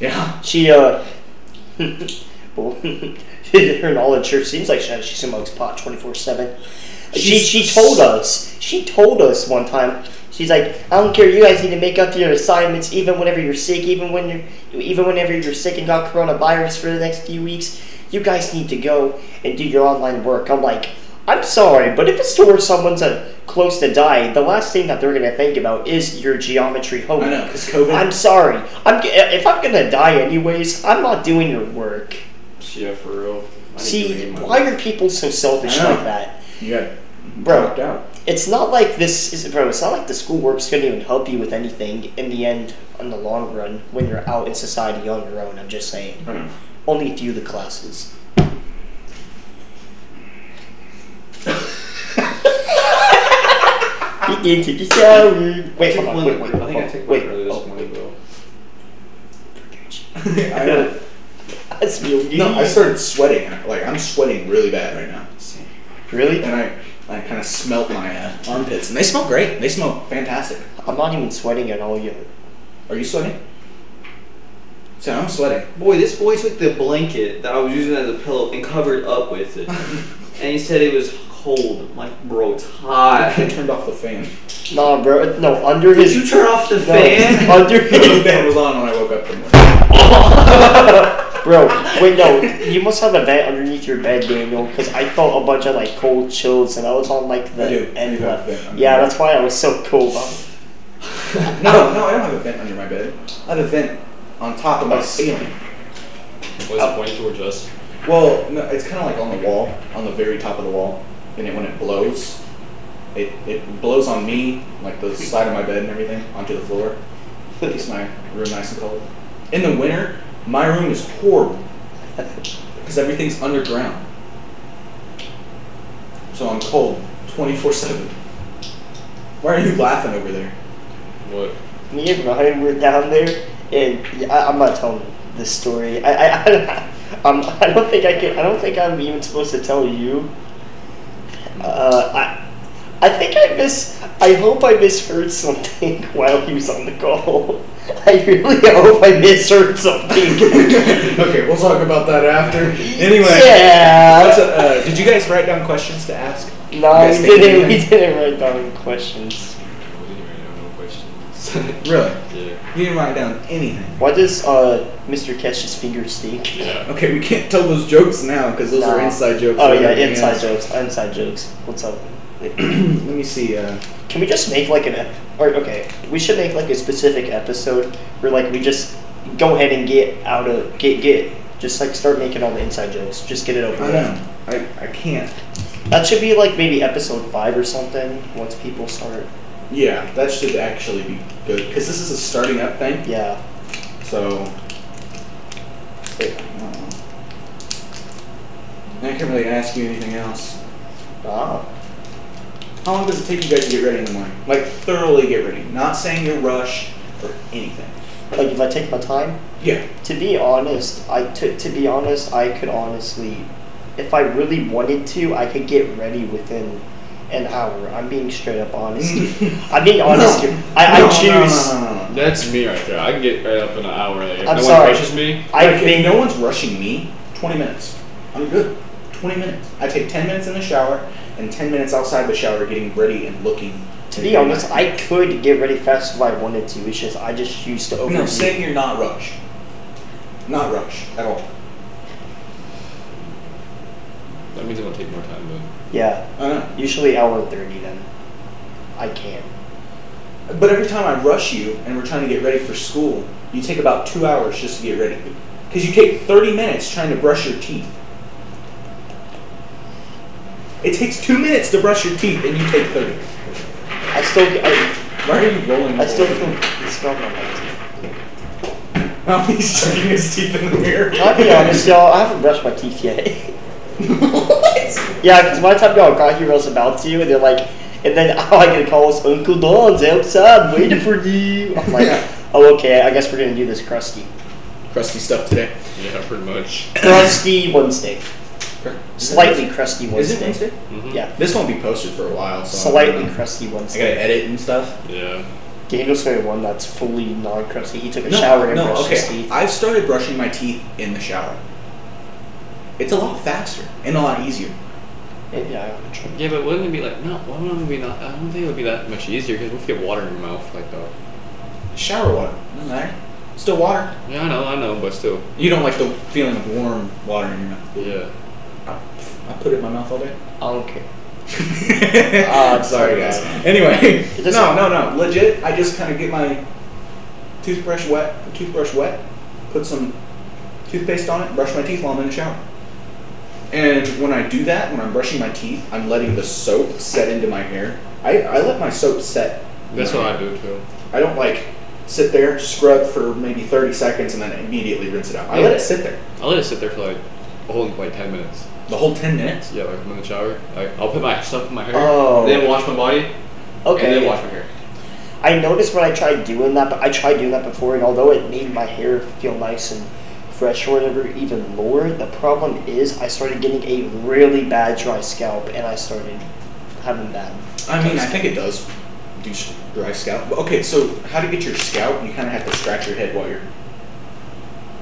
[SPEAKER 1] Yeah,
[SPEAKER 3] She, uh, well, her knowledge sure seems like she, she smokes pot 24 7. She, she told us, she told us one time, she's like, I don't care, you guys need to make up your assignments even whenever you're sick, even when you're, even whenever you're sick and got coronavirus for the next few weeks, you guys need to go and do your online work. I'm like, I'm sorry, but if it's to where someone's uh, close to die, the last thing that they're going to think about is your geometry homework.
[SPEAKER 1] I know because COVID.
[SPEAKER 3] I'm sorry. I'm g- if I'm gonna die anyways, I'm not doing your work.
[SPEAKER 2] Yeah, for real. I need to
[SPEAKER 3] See,
[SPEAKER 2] read my-
[SPEAKER 3] why are people so selfish
[SPEAKER 1] I know.
[SPEAKER 3] like that,
[SPEAKER 1] you got dropped
[SPEAKER 3] bro?
[SPEAKER 1] out.
[SPEAKER 3] It's not like this is, bro. It's not like the schoolwork's gonna even help you with anything in the end, in the long run, when you're out in society on your own. I'm just saying.
[SPEAKER 1] I know.
[SPEAKER 3] Only a few of the classes. Begin to the shower. Wait,
[SPEAKER 4] took
[SPEAKER 3] hold on, wait,
[SPEAKER 4] one-
[SPEAKER 3] wait,
[SPEAKER 4] I think I
[SPEAKER 3] hold on,
[SPEAKER 4] took
[SPEAKER 3] wait,
[SPEAKER 4] one earlier
[SPEAKER 3] oh,
[SPEAKER 4] this morning, bro.
[SPEAKER 1] I know.
[SPEAKER 3] That's real
[SPEAKER 1] No, I
[SPEAKER 3] good.
[SPEAKER 1] started sweating. Like I'm sweating really bad right now,
[SPEAKER 3] Really?
[SPEAKER 1] and I I kind of smelt my uh, armpits, and they smell great. They smell fantastic.
[SPEAKER 3] I'm not even sweating at all yet.
[SPEAKER 1] Are you sweating? So I'm sweating.
[SPEAKER 4] Boy, this boy took the blanket that I was using as a pillow and covered up with it. and he said it was cold. I'm like, bro, it's
[SPEAKER 1] I
[SPEAKER 4] hot.
[SPEAKER 1] turned off the fan.
[SPEAKER 3] Nah, bro. No, under
[SPEAKER 4] Did
[SPEAKER 3] his.
[SPEAKER 4] you turn off the
[SPEAKER 3] no,
[SPEAKER 4] fan?
[SPEAKER 3] under
[SPEAKER 1] the
[SPEAKER 3] his.
[SPEAKER 1] fan was on when I woke up. in the morning.
[SPEAKER 3] bro, wait, no. You must have a vent underneath your bed, Daniel, because I felt a bunch of like cold chills, and I was on like
[SPEAKER 1] I do.
[SPEAKER 3] the end
[SPEAKER 1] You have
[SPEAKER 3] left.
[SPEAKER 1] a vent under
[SPEAKER 3] Yeah,
[SPEAKER 1] your
[SPEAKER 3] that's why I was so cold. Um,
[SPEAKER 1] No, no, I don't have a vent under my bed. I have a vent on top of my
[SPEAKER 3] Oh.
[SPEAKER 1] ceiling.
[SPEAKER 2] What's
[SPEAKER 3] Up.
[SPEAKER 2] the point towards us?
[SPEAKER 1] Well, no, it's kind of like on the wall, on the very top of the wall, and it, when it blows, it, it blows on me, like the side of my bed and everything, onto the floor. It keeps my room nice and cold. In the winter, my room is horrible because everything's underground, so I'm cold twenty four seven. Why are you laughing over there?
[SPEAKER 2] What?
[SPEAKER 3] me and Ryan were down there, and yeah, I, I'm not telling this story. I, I, I, I'm, I don't think I can. I don't think I'm even supposed to tell you. Uh, I, I think I miss. I hope I misheard something while he was on the call. I really hope I misheard something.
[SPEAKER 1] okay, we'll talk about that after. Anyway,
[SPEAKER 3] Yeah.
[SPEAKER 1] what's a- uh, did you guys write down questions to ask?
[SPEAKER 3] no,
[SPEAKER 1] You guys
[SPEAKER 3] we
[SPEAKER 1] think
[SPEAKER 3] didn't. We
[SPEAKER 1] anything?
[SPEAKER 3] didn't write down questions.
[SPEAKER 2] We didn't even have no questions.
[SPEAKER 1] Really?
[SPEAKER 2] yeah.
[SPEAKER 1] You didn't write down anything.
[SPEAKER 3] Why does uh, Mr. Kesh's finger stink?
[SPEAKER 2] Yeah.
[SPEAKER 1] Okay, we can't tell those jokes now because those are
[SPEAKER 3] Nah.
[SPEAKER 1] inside jokes.
[SPEAKER 3] Oh
[SPEAKER 1] and
[SPEAKER 3] yeah,
[SPEAKER 1] everything
[SPEAKER 3] inside
[SPEAKER 1] else.
[SPEAKER 3] jokes. Inside jokes. What's up?
[SPEAKER 1] Let me see. Uh,
[SPEAKER 3] Can we just make like an ep- or okay? We should make like a specific episode where like we just go ahead and get out of get get just like start making all the inside jokes. Just get it
[SPEAKER 1] I
[SPEAKER 3] over
[SPEAKER 1] don't
[SPEAKER 3] with.
[SPEAKER 1] know. I, I can't.
[SPEAKER 3] That should be like maybe episode five or something. Once people start,
[SPEAKER 1] Yeah, that should actually be good because this is a starting up thing.
[SPEAKER 3] yeah.
[SPEAKER 1] So. Wait, I don't know. I can't really ask you anything else.
[SPEAKER 3] Ah,
[SPEAKER 1] How long does it take you guys to get ready in the morning? Like thoroughly get ready. Not saying you're rushed or anything.
[SPEAKER 3] like if I take my time.
[SPEAKER 1] Yeah.
[SPEAKER 3] To be honest, I to to be honest, I could honestly, if I really wanted to, I could get ready within an hour. I'm being straight up honest. I'm being honest
[SPEAKER 1] Mm. No.
[SPEAKER 3] here. I,
[SPEAKER 1] No,
[SPEAKER 3] I
[SPEAKER 1] no,
[SPEAKER 3] choose.
[SPEAKER 1] no, no, no, no.
[SPEAKER 2] That's me right there. I can get right up in an hour. Like, if
[SPEAKER 3] I'm
[SPEAKER 2] no
[SPEAKER 3] sorry.
[SPEAKER 2] one pushes me,
[SPEAKER 3] I
[SPEAKER 1] Like, if
[SPEAKER 3] think
[SPEAKER 1] no one's rushing me. Twenty minutes. I'm good. Twenty minutes. I take ten minutes in the shower and ten minutes outside the shower, getting ready and looking.
[SPEAKER 3] To be honest, I could get ready fast if I wanted to. It's just I just used to
[SPEAKER 1] no
[SPEAKER 3] overdo.
[SPEAKER 1] saying you're not rushed. Not rushed at all.
[SPEAKER 2] that means I'm gonna take more time. But
[SPEAKER 3] yeah,
[SPEAKER 1] I know.
[SPEAKER 3] usually hour and thirty. Then I can.
[SPEAKER 1] But every time I rush you and we're trying to get ready for school, you take about two hours just to get ready. Because you take 30 minutes trying to brush your teeth. It takes two minutes to brush your teeth, and you take 30.
[SPEAKER 3] I still, I,
[SPEAKER 1] Why are you rolling?
[SPEAKER 3] I still
[SPEAKER 1] all over?
[SPEAKER 3] feel the smell of my teeth.
[SPEAKER 1] Oh, he's checking his teeth in the mirror.
[SPEAKER 3] I'll be honest, y'all. I haven't brushed my teeth yet.
[SPEAKER 1] what?
[SPEAKER 3] yeah, because my time y'all got here, I was about to, and they're like, and then all I get a call is Uncle Don's outside waiting for you. I'm like,
[SPEAKER 1] Yeah.
[SPEAKER 3] oh okay, I guess we're gonna do this crusty,
[SPEAKER 1] Crusty stuff today.
[SPEAKER 2] Yeah, pretty much.
[SPEAKER 3] crusty Wednesday, slightly crusty
[SPEAKER 1] Is it
[SPEAKER 3] Wednesday.
[SPEAKER 1] Wednesday?
[SPEAKER 2] Mhm.
[SPEAKER 3] Yeah,
[SPEAKER 1] This won't be posted for a while, so. I don't
[SPEAKER 3] slightly
[SPEAKER 1] know.
[SPEAKER 3] crusty Wednesday.
[SPEAKER 1] I gotta edit and stuff.
[SPEAKER 2] Yeah.
[SPEAKER 3] Daniel's the only one that's fully non-crusty. He took a shower and brushed his teeth.
[SPEAKER 1] I've started brushing my teeth in the shower. It's a lot faster and a lot easier.
[SPEAKER 3] And, yeah, I don't know.
[SPEAKER 2] Yeah, but wouldn't it be like no? Why wouldn't it be not? I don't think it would be that much easier because we get water in your mouth like that.
[SPEAKER 1] Shower water, doesn't matter. Still water.
[SPEAKER 2] Yeah, I know, I know, but still.
[SPEAKER 1] You don't like the feeling of warm water in your mouth.
[SPEAKER 2] Yeah.
[SPEAKER 1] I, I put it in my mouth all day.
[SPEAKER 3] I don't care.
[SPEAKER 1] uh, sorry, guys. Anyway,
[SPEAKER 3] It doesn't-
[SPEAKER 1] no, no, no. Legit, I just kind of get my toothbrush wet, toothbrush wet, put some toothpaste on it, brush my teeth while I'm in the shower. And when I do that, when I'm brushing my teeth, I'm letting the soap set into my hair. I, I let my soap set.
[SPEAKER 2] That's what I do too.
[SPEAKER 1] I don't like sit there, scrub for maybe 30 seconds, and then immediately rinse it out. I let it sit there
[SPEAKER 2] I let it sit there for like a whole like ten minutes.
[SPEAKER 1] the whole 10 minutes.
[SPEAKER 2] Yeah, like I'm in the shower. Like I'll put my stuff in my hair.
[SPEAKER 3] Oh.
[SPEAKER 2] Then wash my body. And then
[SPEAKER 3] Okay.
[SPEAKER 2] wash my hair.
[SPEAKER 3] I noticed when I tried doing that, but I tried doing that before, and although it made my hair feel nice and fresh or whatever, even more, the problem is I started getting a really bad dry scalp, and I started having bad.
[SPEAKER 1] I mean, I think it does do s- dry scalp. But okay, so how to get your scalp? You kind of have to scratch your head while you're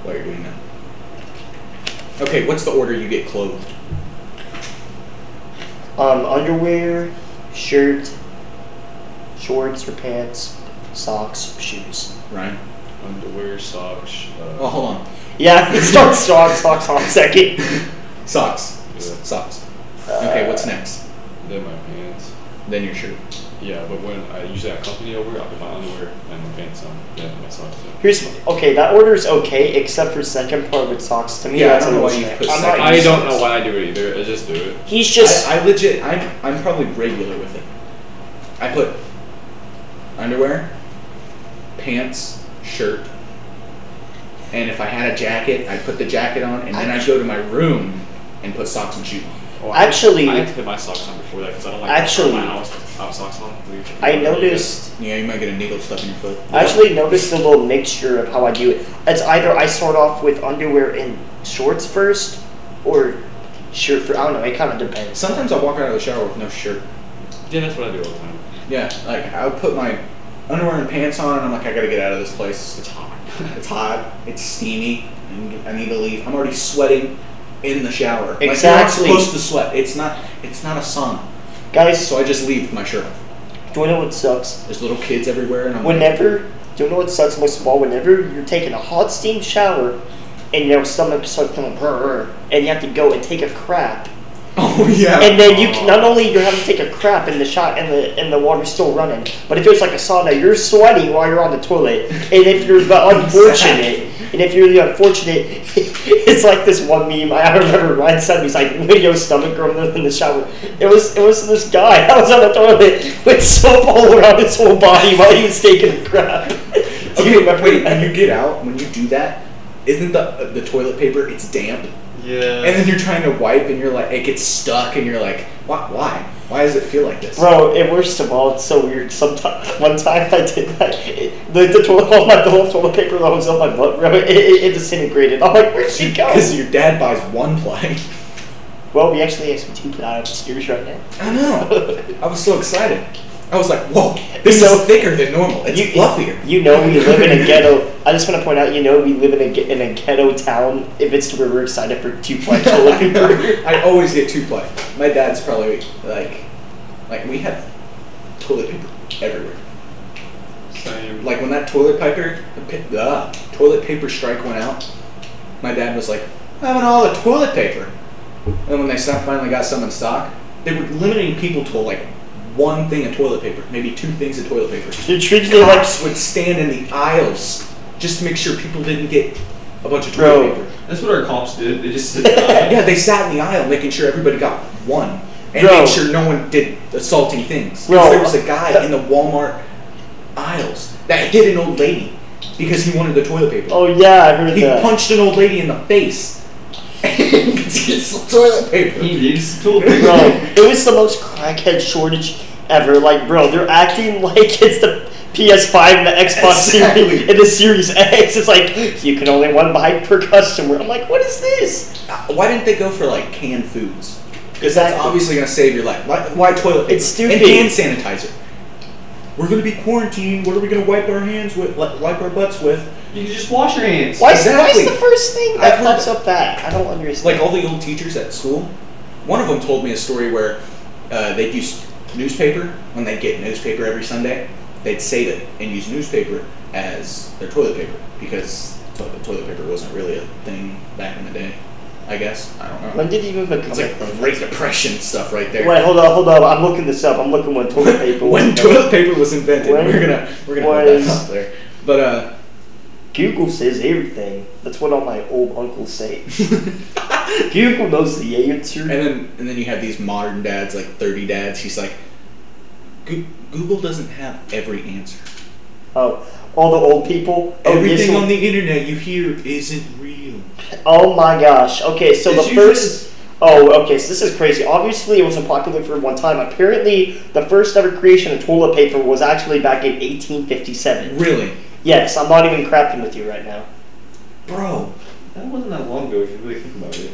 [SPEAKER 1] while you're doing that. Okay, what's the order you get clothed?
[SPEAKER 3] Um, underwear, shirt, shorts or pants, socks, shoes.
[SPEAKER 1] Ryan?
[SPEAKER 2] Underwear, socks. Uh,
[SPEAKER 1] Oh, hold on.
[SPEAKER 3] Yeah, it starts socks, socks on second.
[SPEAKER 1] Socks. S-
[SPEAKER 2] Yeah.
[SPEAKER 1] Socks. Okay, what's next?
[SPEAKER 2] Then my pants.
[SPEAKER 1] Then your shirt.
[SPEAKER 2] Yeah, but when I usually I company over, I put my underwear and my pants on. Then my socks. on.
[SPEAKER 3] Here's okay. That order is okay, except for second part with socks. To me,
[SPEAKER 1] Yeah, I
[SPEAKER 3] that's
[SPEAKER 1] don't
[SPEAKER 3] a
[SPEAKER 1] know
[SPEAKER 3] little
[SPEAKER 1] why you
[SPEAKER 3] strange.
[SPEAKER 1] put
[SPEAKER 3] I'm
[SPEAKER 1] second.
[SPEAKER 3] not
[SPEAKER 2] I
[SPEAKER 3] used to
[SPEAKER 2] don't
[SPEAKER 3] this.
[SPEAKER 2] know why I do it either. I just do it.
[SPEAKER 3] He's just
[SPEAKER 1] I, I legit. I'm I'm probably regular with it. I put underwear, pants, shirt, and if I had a jacket, I'd put the jacket on, and then I'd go to my room and put socks and shoes on.
[SPEAKER 2] Oh, I-
[SPEAKER 3] Actually-
[SPEAKER 2] I had to put my socks on before that because I don't like
[SPEAKER 3] Actually-
[SPEAKER 2] my house without socks on. Leave.
[SPEAKER 3] I noticed.
[SPEAKER 1] Yeah, you might get a needle stuck in your foot.
[SPEAKER 3] I actually noticed a little mixture of how I do it. It's either I start off with underwear and shorts first, or shirt. For, I don't know. It kind of depends.
[SPEAKER 1] Sometimes I walk out of the shower with no shirt.
[SPEAKER 2] Yeah, that's what I do all the time.
[SPEAKER 1] Yeah, like I would put my underwear and pants on, and I'm like, I gotta get out of this place. It's,
[SPEAKER 2] It's hot.
[SPEAKER 1] it's hot. It's steamy. and I need to leave. I'm already sweating in the shower. Like,
[SPEAKER 3] Exactly.
[SPEAKER 1] you're not supposed to sweat. It's not. It's not a sauna.
[SPEAKER 3] Guys,
[SPEAKER 1] So I just leave with my shirt. on.
[SPEAKER 3] do you know what sucks?
[SPEAKER 1] There's little kids everywhere, and I'm like,
[SPEAKER 3] Whenever, do you know what sucks most of all? Whenever you're taking a hot steam shower, and your stomach starts going, "Brr," and you have to go and take a crap.
[SPEAKER 1] oh yeah.
[SPEAKER 3] And then you can, not only you have to take a crap in the shot and the and the water's still running, but if it's like a sauna, you're sweating while you're on the toilet. And if you're the unfortunate, and if you're the unfortunate, it's like this one meme I I remember Ryan sent me. He's like, "Yo, stomach growing in the shower." It was it was this guy. I was on the toilet with soap all around his whole body while he was taking a crap. Do
[SPEAKER 1] okay,
[SPEAKER 3] you remember
[SPEAKER 1] wait.
[SPEAKER 3] that?
[SPEAKER 1] When you get out, when you do that, isn't the the toilet paper? It's damp.
[SPEAKER 2] Yeah.
[SPEAKER 1] And then you're trying to wipe, and you're like, it gets stuck, and you're like, why? Why? Why does it feel like this?
[SPEAKER 3] Bro, and worst of all, it's so weird. Sometimes, one time I did that, it, the, the toilet, all my the whole toilet paper that was on my butt, bro, it, it, it disintegrated. I'm like, where'd she go?
[SPEAKER 1] Because your dad buys one ply.
[SPEAKER 3] Well, we actually have some two ply upstairs right now.
[SPEAKER 1] I know. I was so excited. I was like, whoa, this
[SPEAKER 3] You know-
[SPEAKER 1] is thicker than normal. It's fluffier.
[SPEAKER 3] You know, we live in a ghetto. I just want to point out, you know, we live in a ge- in a ghetto town. If it's to where we're excited for two oh, ply toilet paper.
[SPEAKER 1] I always get two ply. My dad's probably like, like we have toilet paper everywhere.
[SPEAKER 2] Same.
[SPEAKER 1] Like when that toilet paper, uh, toilet paper strike went out, my dad was like, "I'm having all the toilet paper." And when they stopped, finally got some in stock, they were limiting people to like one thing of toilet paper, maybe two things of toilet paper.
[SPEAKER 3] They're treating it like
[SPEAKER 1] Cops would stand in the aisles just to make sure people didn't get a bunch of toilet
[SPEAKER 3] Bro.
[SPEAKER 1] paper.
[SPEAKER 4] That's what our cops did. They just sit down.
[SPEAKER 1] Yeah, they sat in the aisle making sure everybody got one. And
[SPEAKER 3] Bro.
[SPEAKER 1] made sure no one did assaulting things. 'Cause
[SPEAKER 3] Bro,
[SPEAKER 1] there was a guy
[SPEAKER 3] that-
[SPEAKER 1] in the Walmart aisles that hit an old lady because he wanted the toilet paper.
[SPEAKER 3] Oh yeah, I heard
[SPEAKER 1] he
[SPEAKER 3] that.
[SPEAKER 1] punched an old lady in the face. It's the toilet paper.
[SPEAKER 4] He needs tool
[SPEAKER 3] bro, it was the most crackhead shortage ever. Like, bro, they're acting like it's the PS5 and the Xbox Series
[SPEAKER 1] Exactly.
[SPEAKER 3] and the Series X. It's like you can only one bike per customer. I'm like, what is this?
[SPEAKER 1] Uh, Why didn't they go for like canned foods? Because
[SPEAKER 3] Exactly.
[SPEAKER 1] that's obviously gonna save your life. Why, why toilet paper?
[SPEAKER 3] It's
[SPEAKER 1] And
[SPEAKER 3] stupid.
[SPEAKER 1] hand sanitizer. We're gonna be quarantined. What are we gonna wipe our hands with? Like, wipe our butts with?
[SPEAKER 4] You can just wash your hands.
[SPEAKER 3] Why is, why is
[SPEAKER 1] Exactly.
[SPEAKER 3] the first thing
[SPEAKER 1] I've
[SPEAKER 3] that
[SPEAKER 1] heard
[SPEAKER 3] pops up that? I don't understand.
[SPEAKER 1] like all the old teachers at school one of them told me a story where uh, they'd use newspaper when they'd get newspaper every sunday they'd save it and use newspaper as their toilet paper because to- toilet paper wasn't really a thing back in the day i guess i don't know
[SPEAKER 3] when did it even become
[SPEAKER 1] oh, it's
[SPEAKER 3] a
[SPEAKER 1] like
[SPEAKER 3] thing?
[SPEAKER 1] great depression stuff right there
[SPEAKER 3] Wait, hold up, hold up. I'm looking this up. I'm looking when toilet paper was
[SPEAKER 1] when
[SPEAKER 3] invented.
[SPEAKER 1] toilet paper was invented
[SPEAKER 3] When
[SPEAKER 1] we're gonna we're gonna put
[SPEAKER 3] was-
[SPEAKER 1] that out there but uh
[SPEAKER 3] Google says everything. That's what all my old uncles say. Google knows the answer.
[SPEAKER 1] And then and then you have these modern dads, like thirty dads. He's like, "Goo- Google doesn't have every answer.
[SPEAKER 3] Oh, all the old people. Oh,
[SPEAKER 1] Everything
[SPEAKER 3] this
[SPEAKER 1] on the internet you hear isn't real.
[SPEAKER 3] Oh my gosh. Okay, so
[SPEAKER 4] Did
[SPEAKER 3] the
[SPEAKER 4] you
[SPEAKER 3] first.
[SPEAKER 4] just-
[SPEAKER 3] Oh, okay, so this is crazy. Obviously, it wasn't popular for one time. Apparently, the first ever creation of toilet paper was actually back in 1857.
[SPEAKER 1] Really,
[SPEAKER 3] Yes, I'm not even crapping with you right now.
[SPEAKER 1] bro?
[SPEAKER 4] That wasn't that long ago if you really think about it.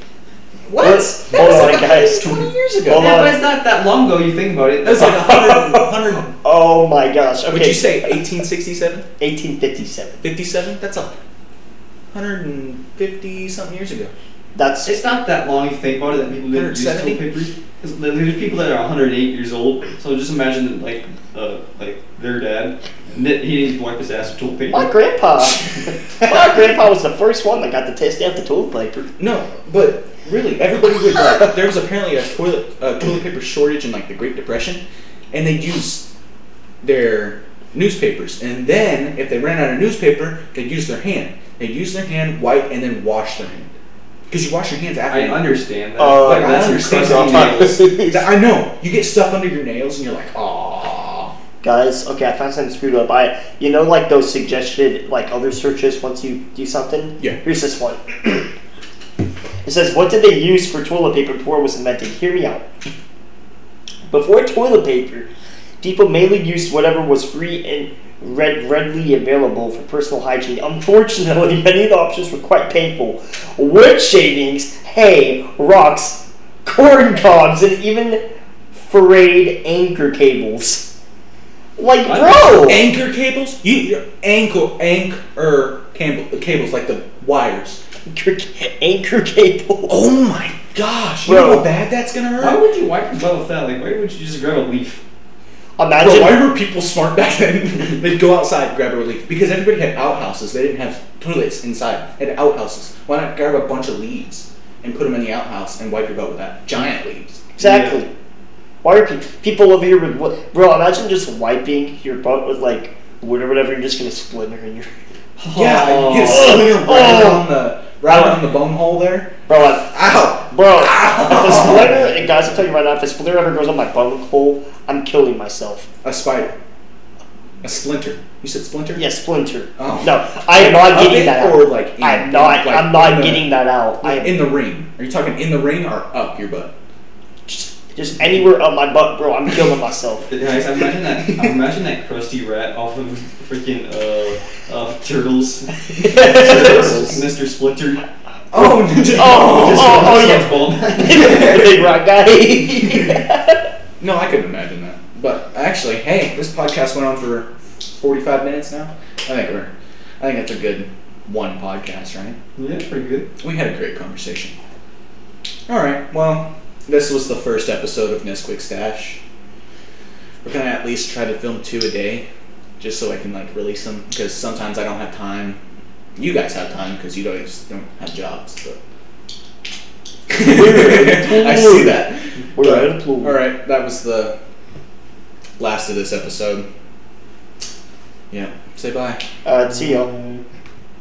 [SPEAKER 1] What?
[SPEAKER 3] Let's-
[SPEAKER 1] That was
[SPEAKER 3] hold on,
[SPEAKER 1] like
[SPEAKER 3] guys.
[SPEAKER 1] 120 years
[SPEAKER 3] Hold
[SPEAKER 1] ago.
[SPEAKER 3] on.
[SPEAKER 4] Yeah, but it's not that long ago you think about it.
[SPEAKER 1] That was like 100. 100
[SPEAKER 3] Oh my gosh. Okay.
[SPEAKER 1] Would you say 1867,
[SPEAKER 3] 1857?
[SPEAKER 1] 57? That's a 150 something years ago.
[SPEAKER 3] That's
[SPEAKER 4] It's not that long if you think about it that people didn't use
[SPEAKER 1] 170?
[SPEAKER 4] toilet paper. 'Cause there- There's people that are 108 years old, so just imagine that, like, uh, like their dad, and that he didn't wipe his ass with toilet paper.
[SPEAKER 3] my grandpa. my grandpa was the first one that got to test out the toilet paper.
[SPEAKER 1] No, but really, everybody would like. There was apparently a toilet uh, toilet paper shortage in like the Great Depression, and they'd use their newspapers. And then if they ran out of newspaper, they'd use their hand. They'd use their hand, wipe, and then wash their hand. Because you wash your hands after.
[SPEAKER 4] I
[SPEAKER 1] you-
[SPEAKER 4] understand that.
[SPEAKER 3] Uh,
[SPEAKER 4] like,
[SPEAKER 1] I
[SPEAKER 4] that's
[SPEAKER 1] understand
[SPEAKER 4] crusty
[SPEAKER 1] that.
[SPEAKER 4] nails.
[SPEAKER 1] That- I know you get stuff under your nails, and you're like, ah.
[SPEAKER 3] Guys, okay, I found something screwed up. I, you know, like those suggested, like other searches once you do something.
[SPEAKER 1] Yeah.
[SPEAKER 3] Here's this one. it says, "What did they use for toilet paper before it was invented?" Hear me out. Before toilet paper, people mainly used whatever was free and red, readily available for personal hygiene. Unfortunately, many of the options were quite painful. Wood shavings, hay, rocks, corn cobs, and even frayed anchor cables. Like,
[SPEAKER 4] What?
[SPEAKER 3] bro!
[SPEAKER 1] Anchor cables? You your ankle anchor cable, cables like the wires.
[SPEAKER 3] Anchor, anchor cable.
[SPEAKER 1] Oh my gosh! You
[SPEAKER 3] Bro.
[SPEAKER 1] know how bad that's gonna hurt.
[SPEAKER 4] Why would you wipe your butt with that? Like, why would you just grab a leaf?
[SPEAKER 3] Imagine.
[SPEAKER 1] Bro, Oh why were people smart back then? They'd go outside, grab a leaf. Because everybody had outhouses. They didn't have toilets inside. They had outhouses. Why not grab a bunch of leaves and put them in the outhouse and wipe your butt with that? Giant leaves.
[SPEAKER 3] Exactly. Why are people, people over here with what? Bro, imagine just wiping your butt with like wood or whatever. You're just gonna splinter in your. Oh.
[SPEAKER 1] Yeah, you get a slinger right on the right on the bone hole there.
[SPEAKER 3] Bro, I,
[SPEAKER 1] Ow!
[SPEAKER 3] bro, if a splinter, and guys, I'm telling you right now, if a splinter ever goes on my bung hole, I'm killing myself.
[SPEAKER 1] A spider. A splinter. You said splinter?
[SPEAKER 3] Yeah, splinter.
[SPEAKER 1] Oh.
[SPEAKER 3] No, I am not
[SPEAKER 1] Up
[SPEAKER 3] getting
[SPEAKER 1] it
[SPEAKER 3] that
[SPEAKER 1] or
[SPEAKER 3] out.
[SPEAKER 1] like in-
[SPEAKER 3] I'm not.
[SPEAKER 1] like
[SPEAKER 3] I'm not
[SPEAKER 1] in the-
[SPEAKER 3] getting that out. I am
[SPEAKER 1] in the ring. Are you talking in the ring or up your butt?
[SPEAKER 3] just anywhere on my butt, bro. I'm killing myself.
[SPEAKER 4] Guys, imagine that. imagine that crusty rat off of freaking uh, uh, turtles. turtles. Mr. Splinter.
[SPEAKER 1] Oh,
[SPEAKER 3] Oh,
[SPEAKER 4] Just-
[SPEAKER 3] oh,
[SPEAKER 4] just
[SPEAKER 3] yeah.
[SPEAKER 4] looks bald.
[SPEAKER 3] The Big rock guy.
[SPEAKER 1] No, I couldn't imagine that. But actually, hey, this podcast went on for forty-five minutes now. I think we're, I think that's a good one podcast, right?
[SPEAKER 4] yeah, pretty good.
[SPEAKER 1] We had a great conversation. All right, well, this was the first episode of Nesquik Stash. We're gonna at least try to film two a day, just so I can like release them because sometimes I don't have time. You guys have time because you guys don't have jobs. But I see that.
[SPEAKER 3] We're out of blue.
[SPEAKER 1] All right, that was the last of this episode. Yeah, say bye.
[SPEAKER 3] Uh, see y'all.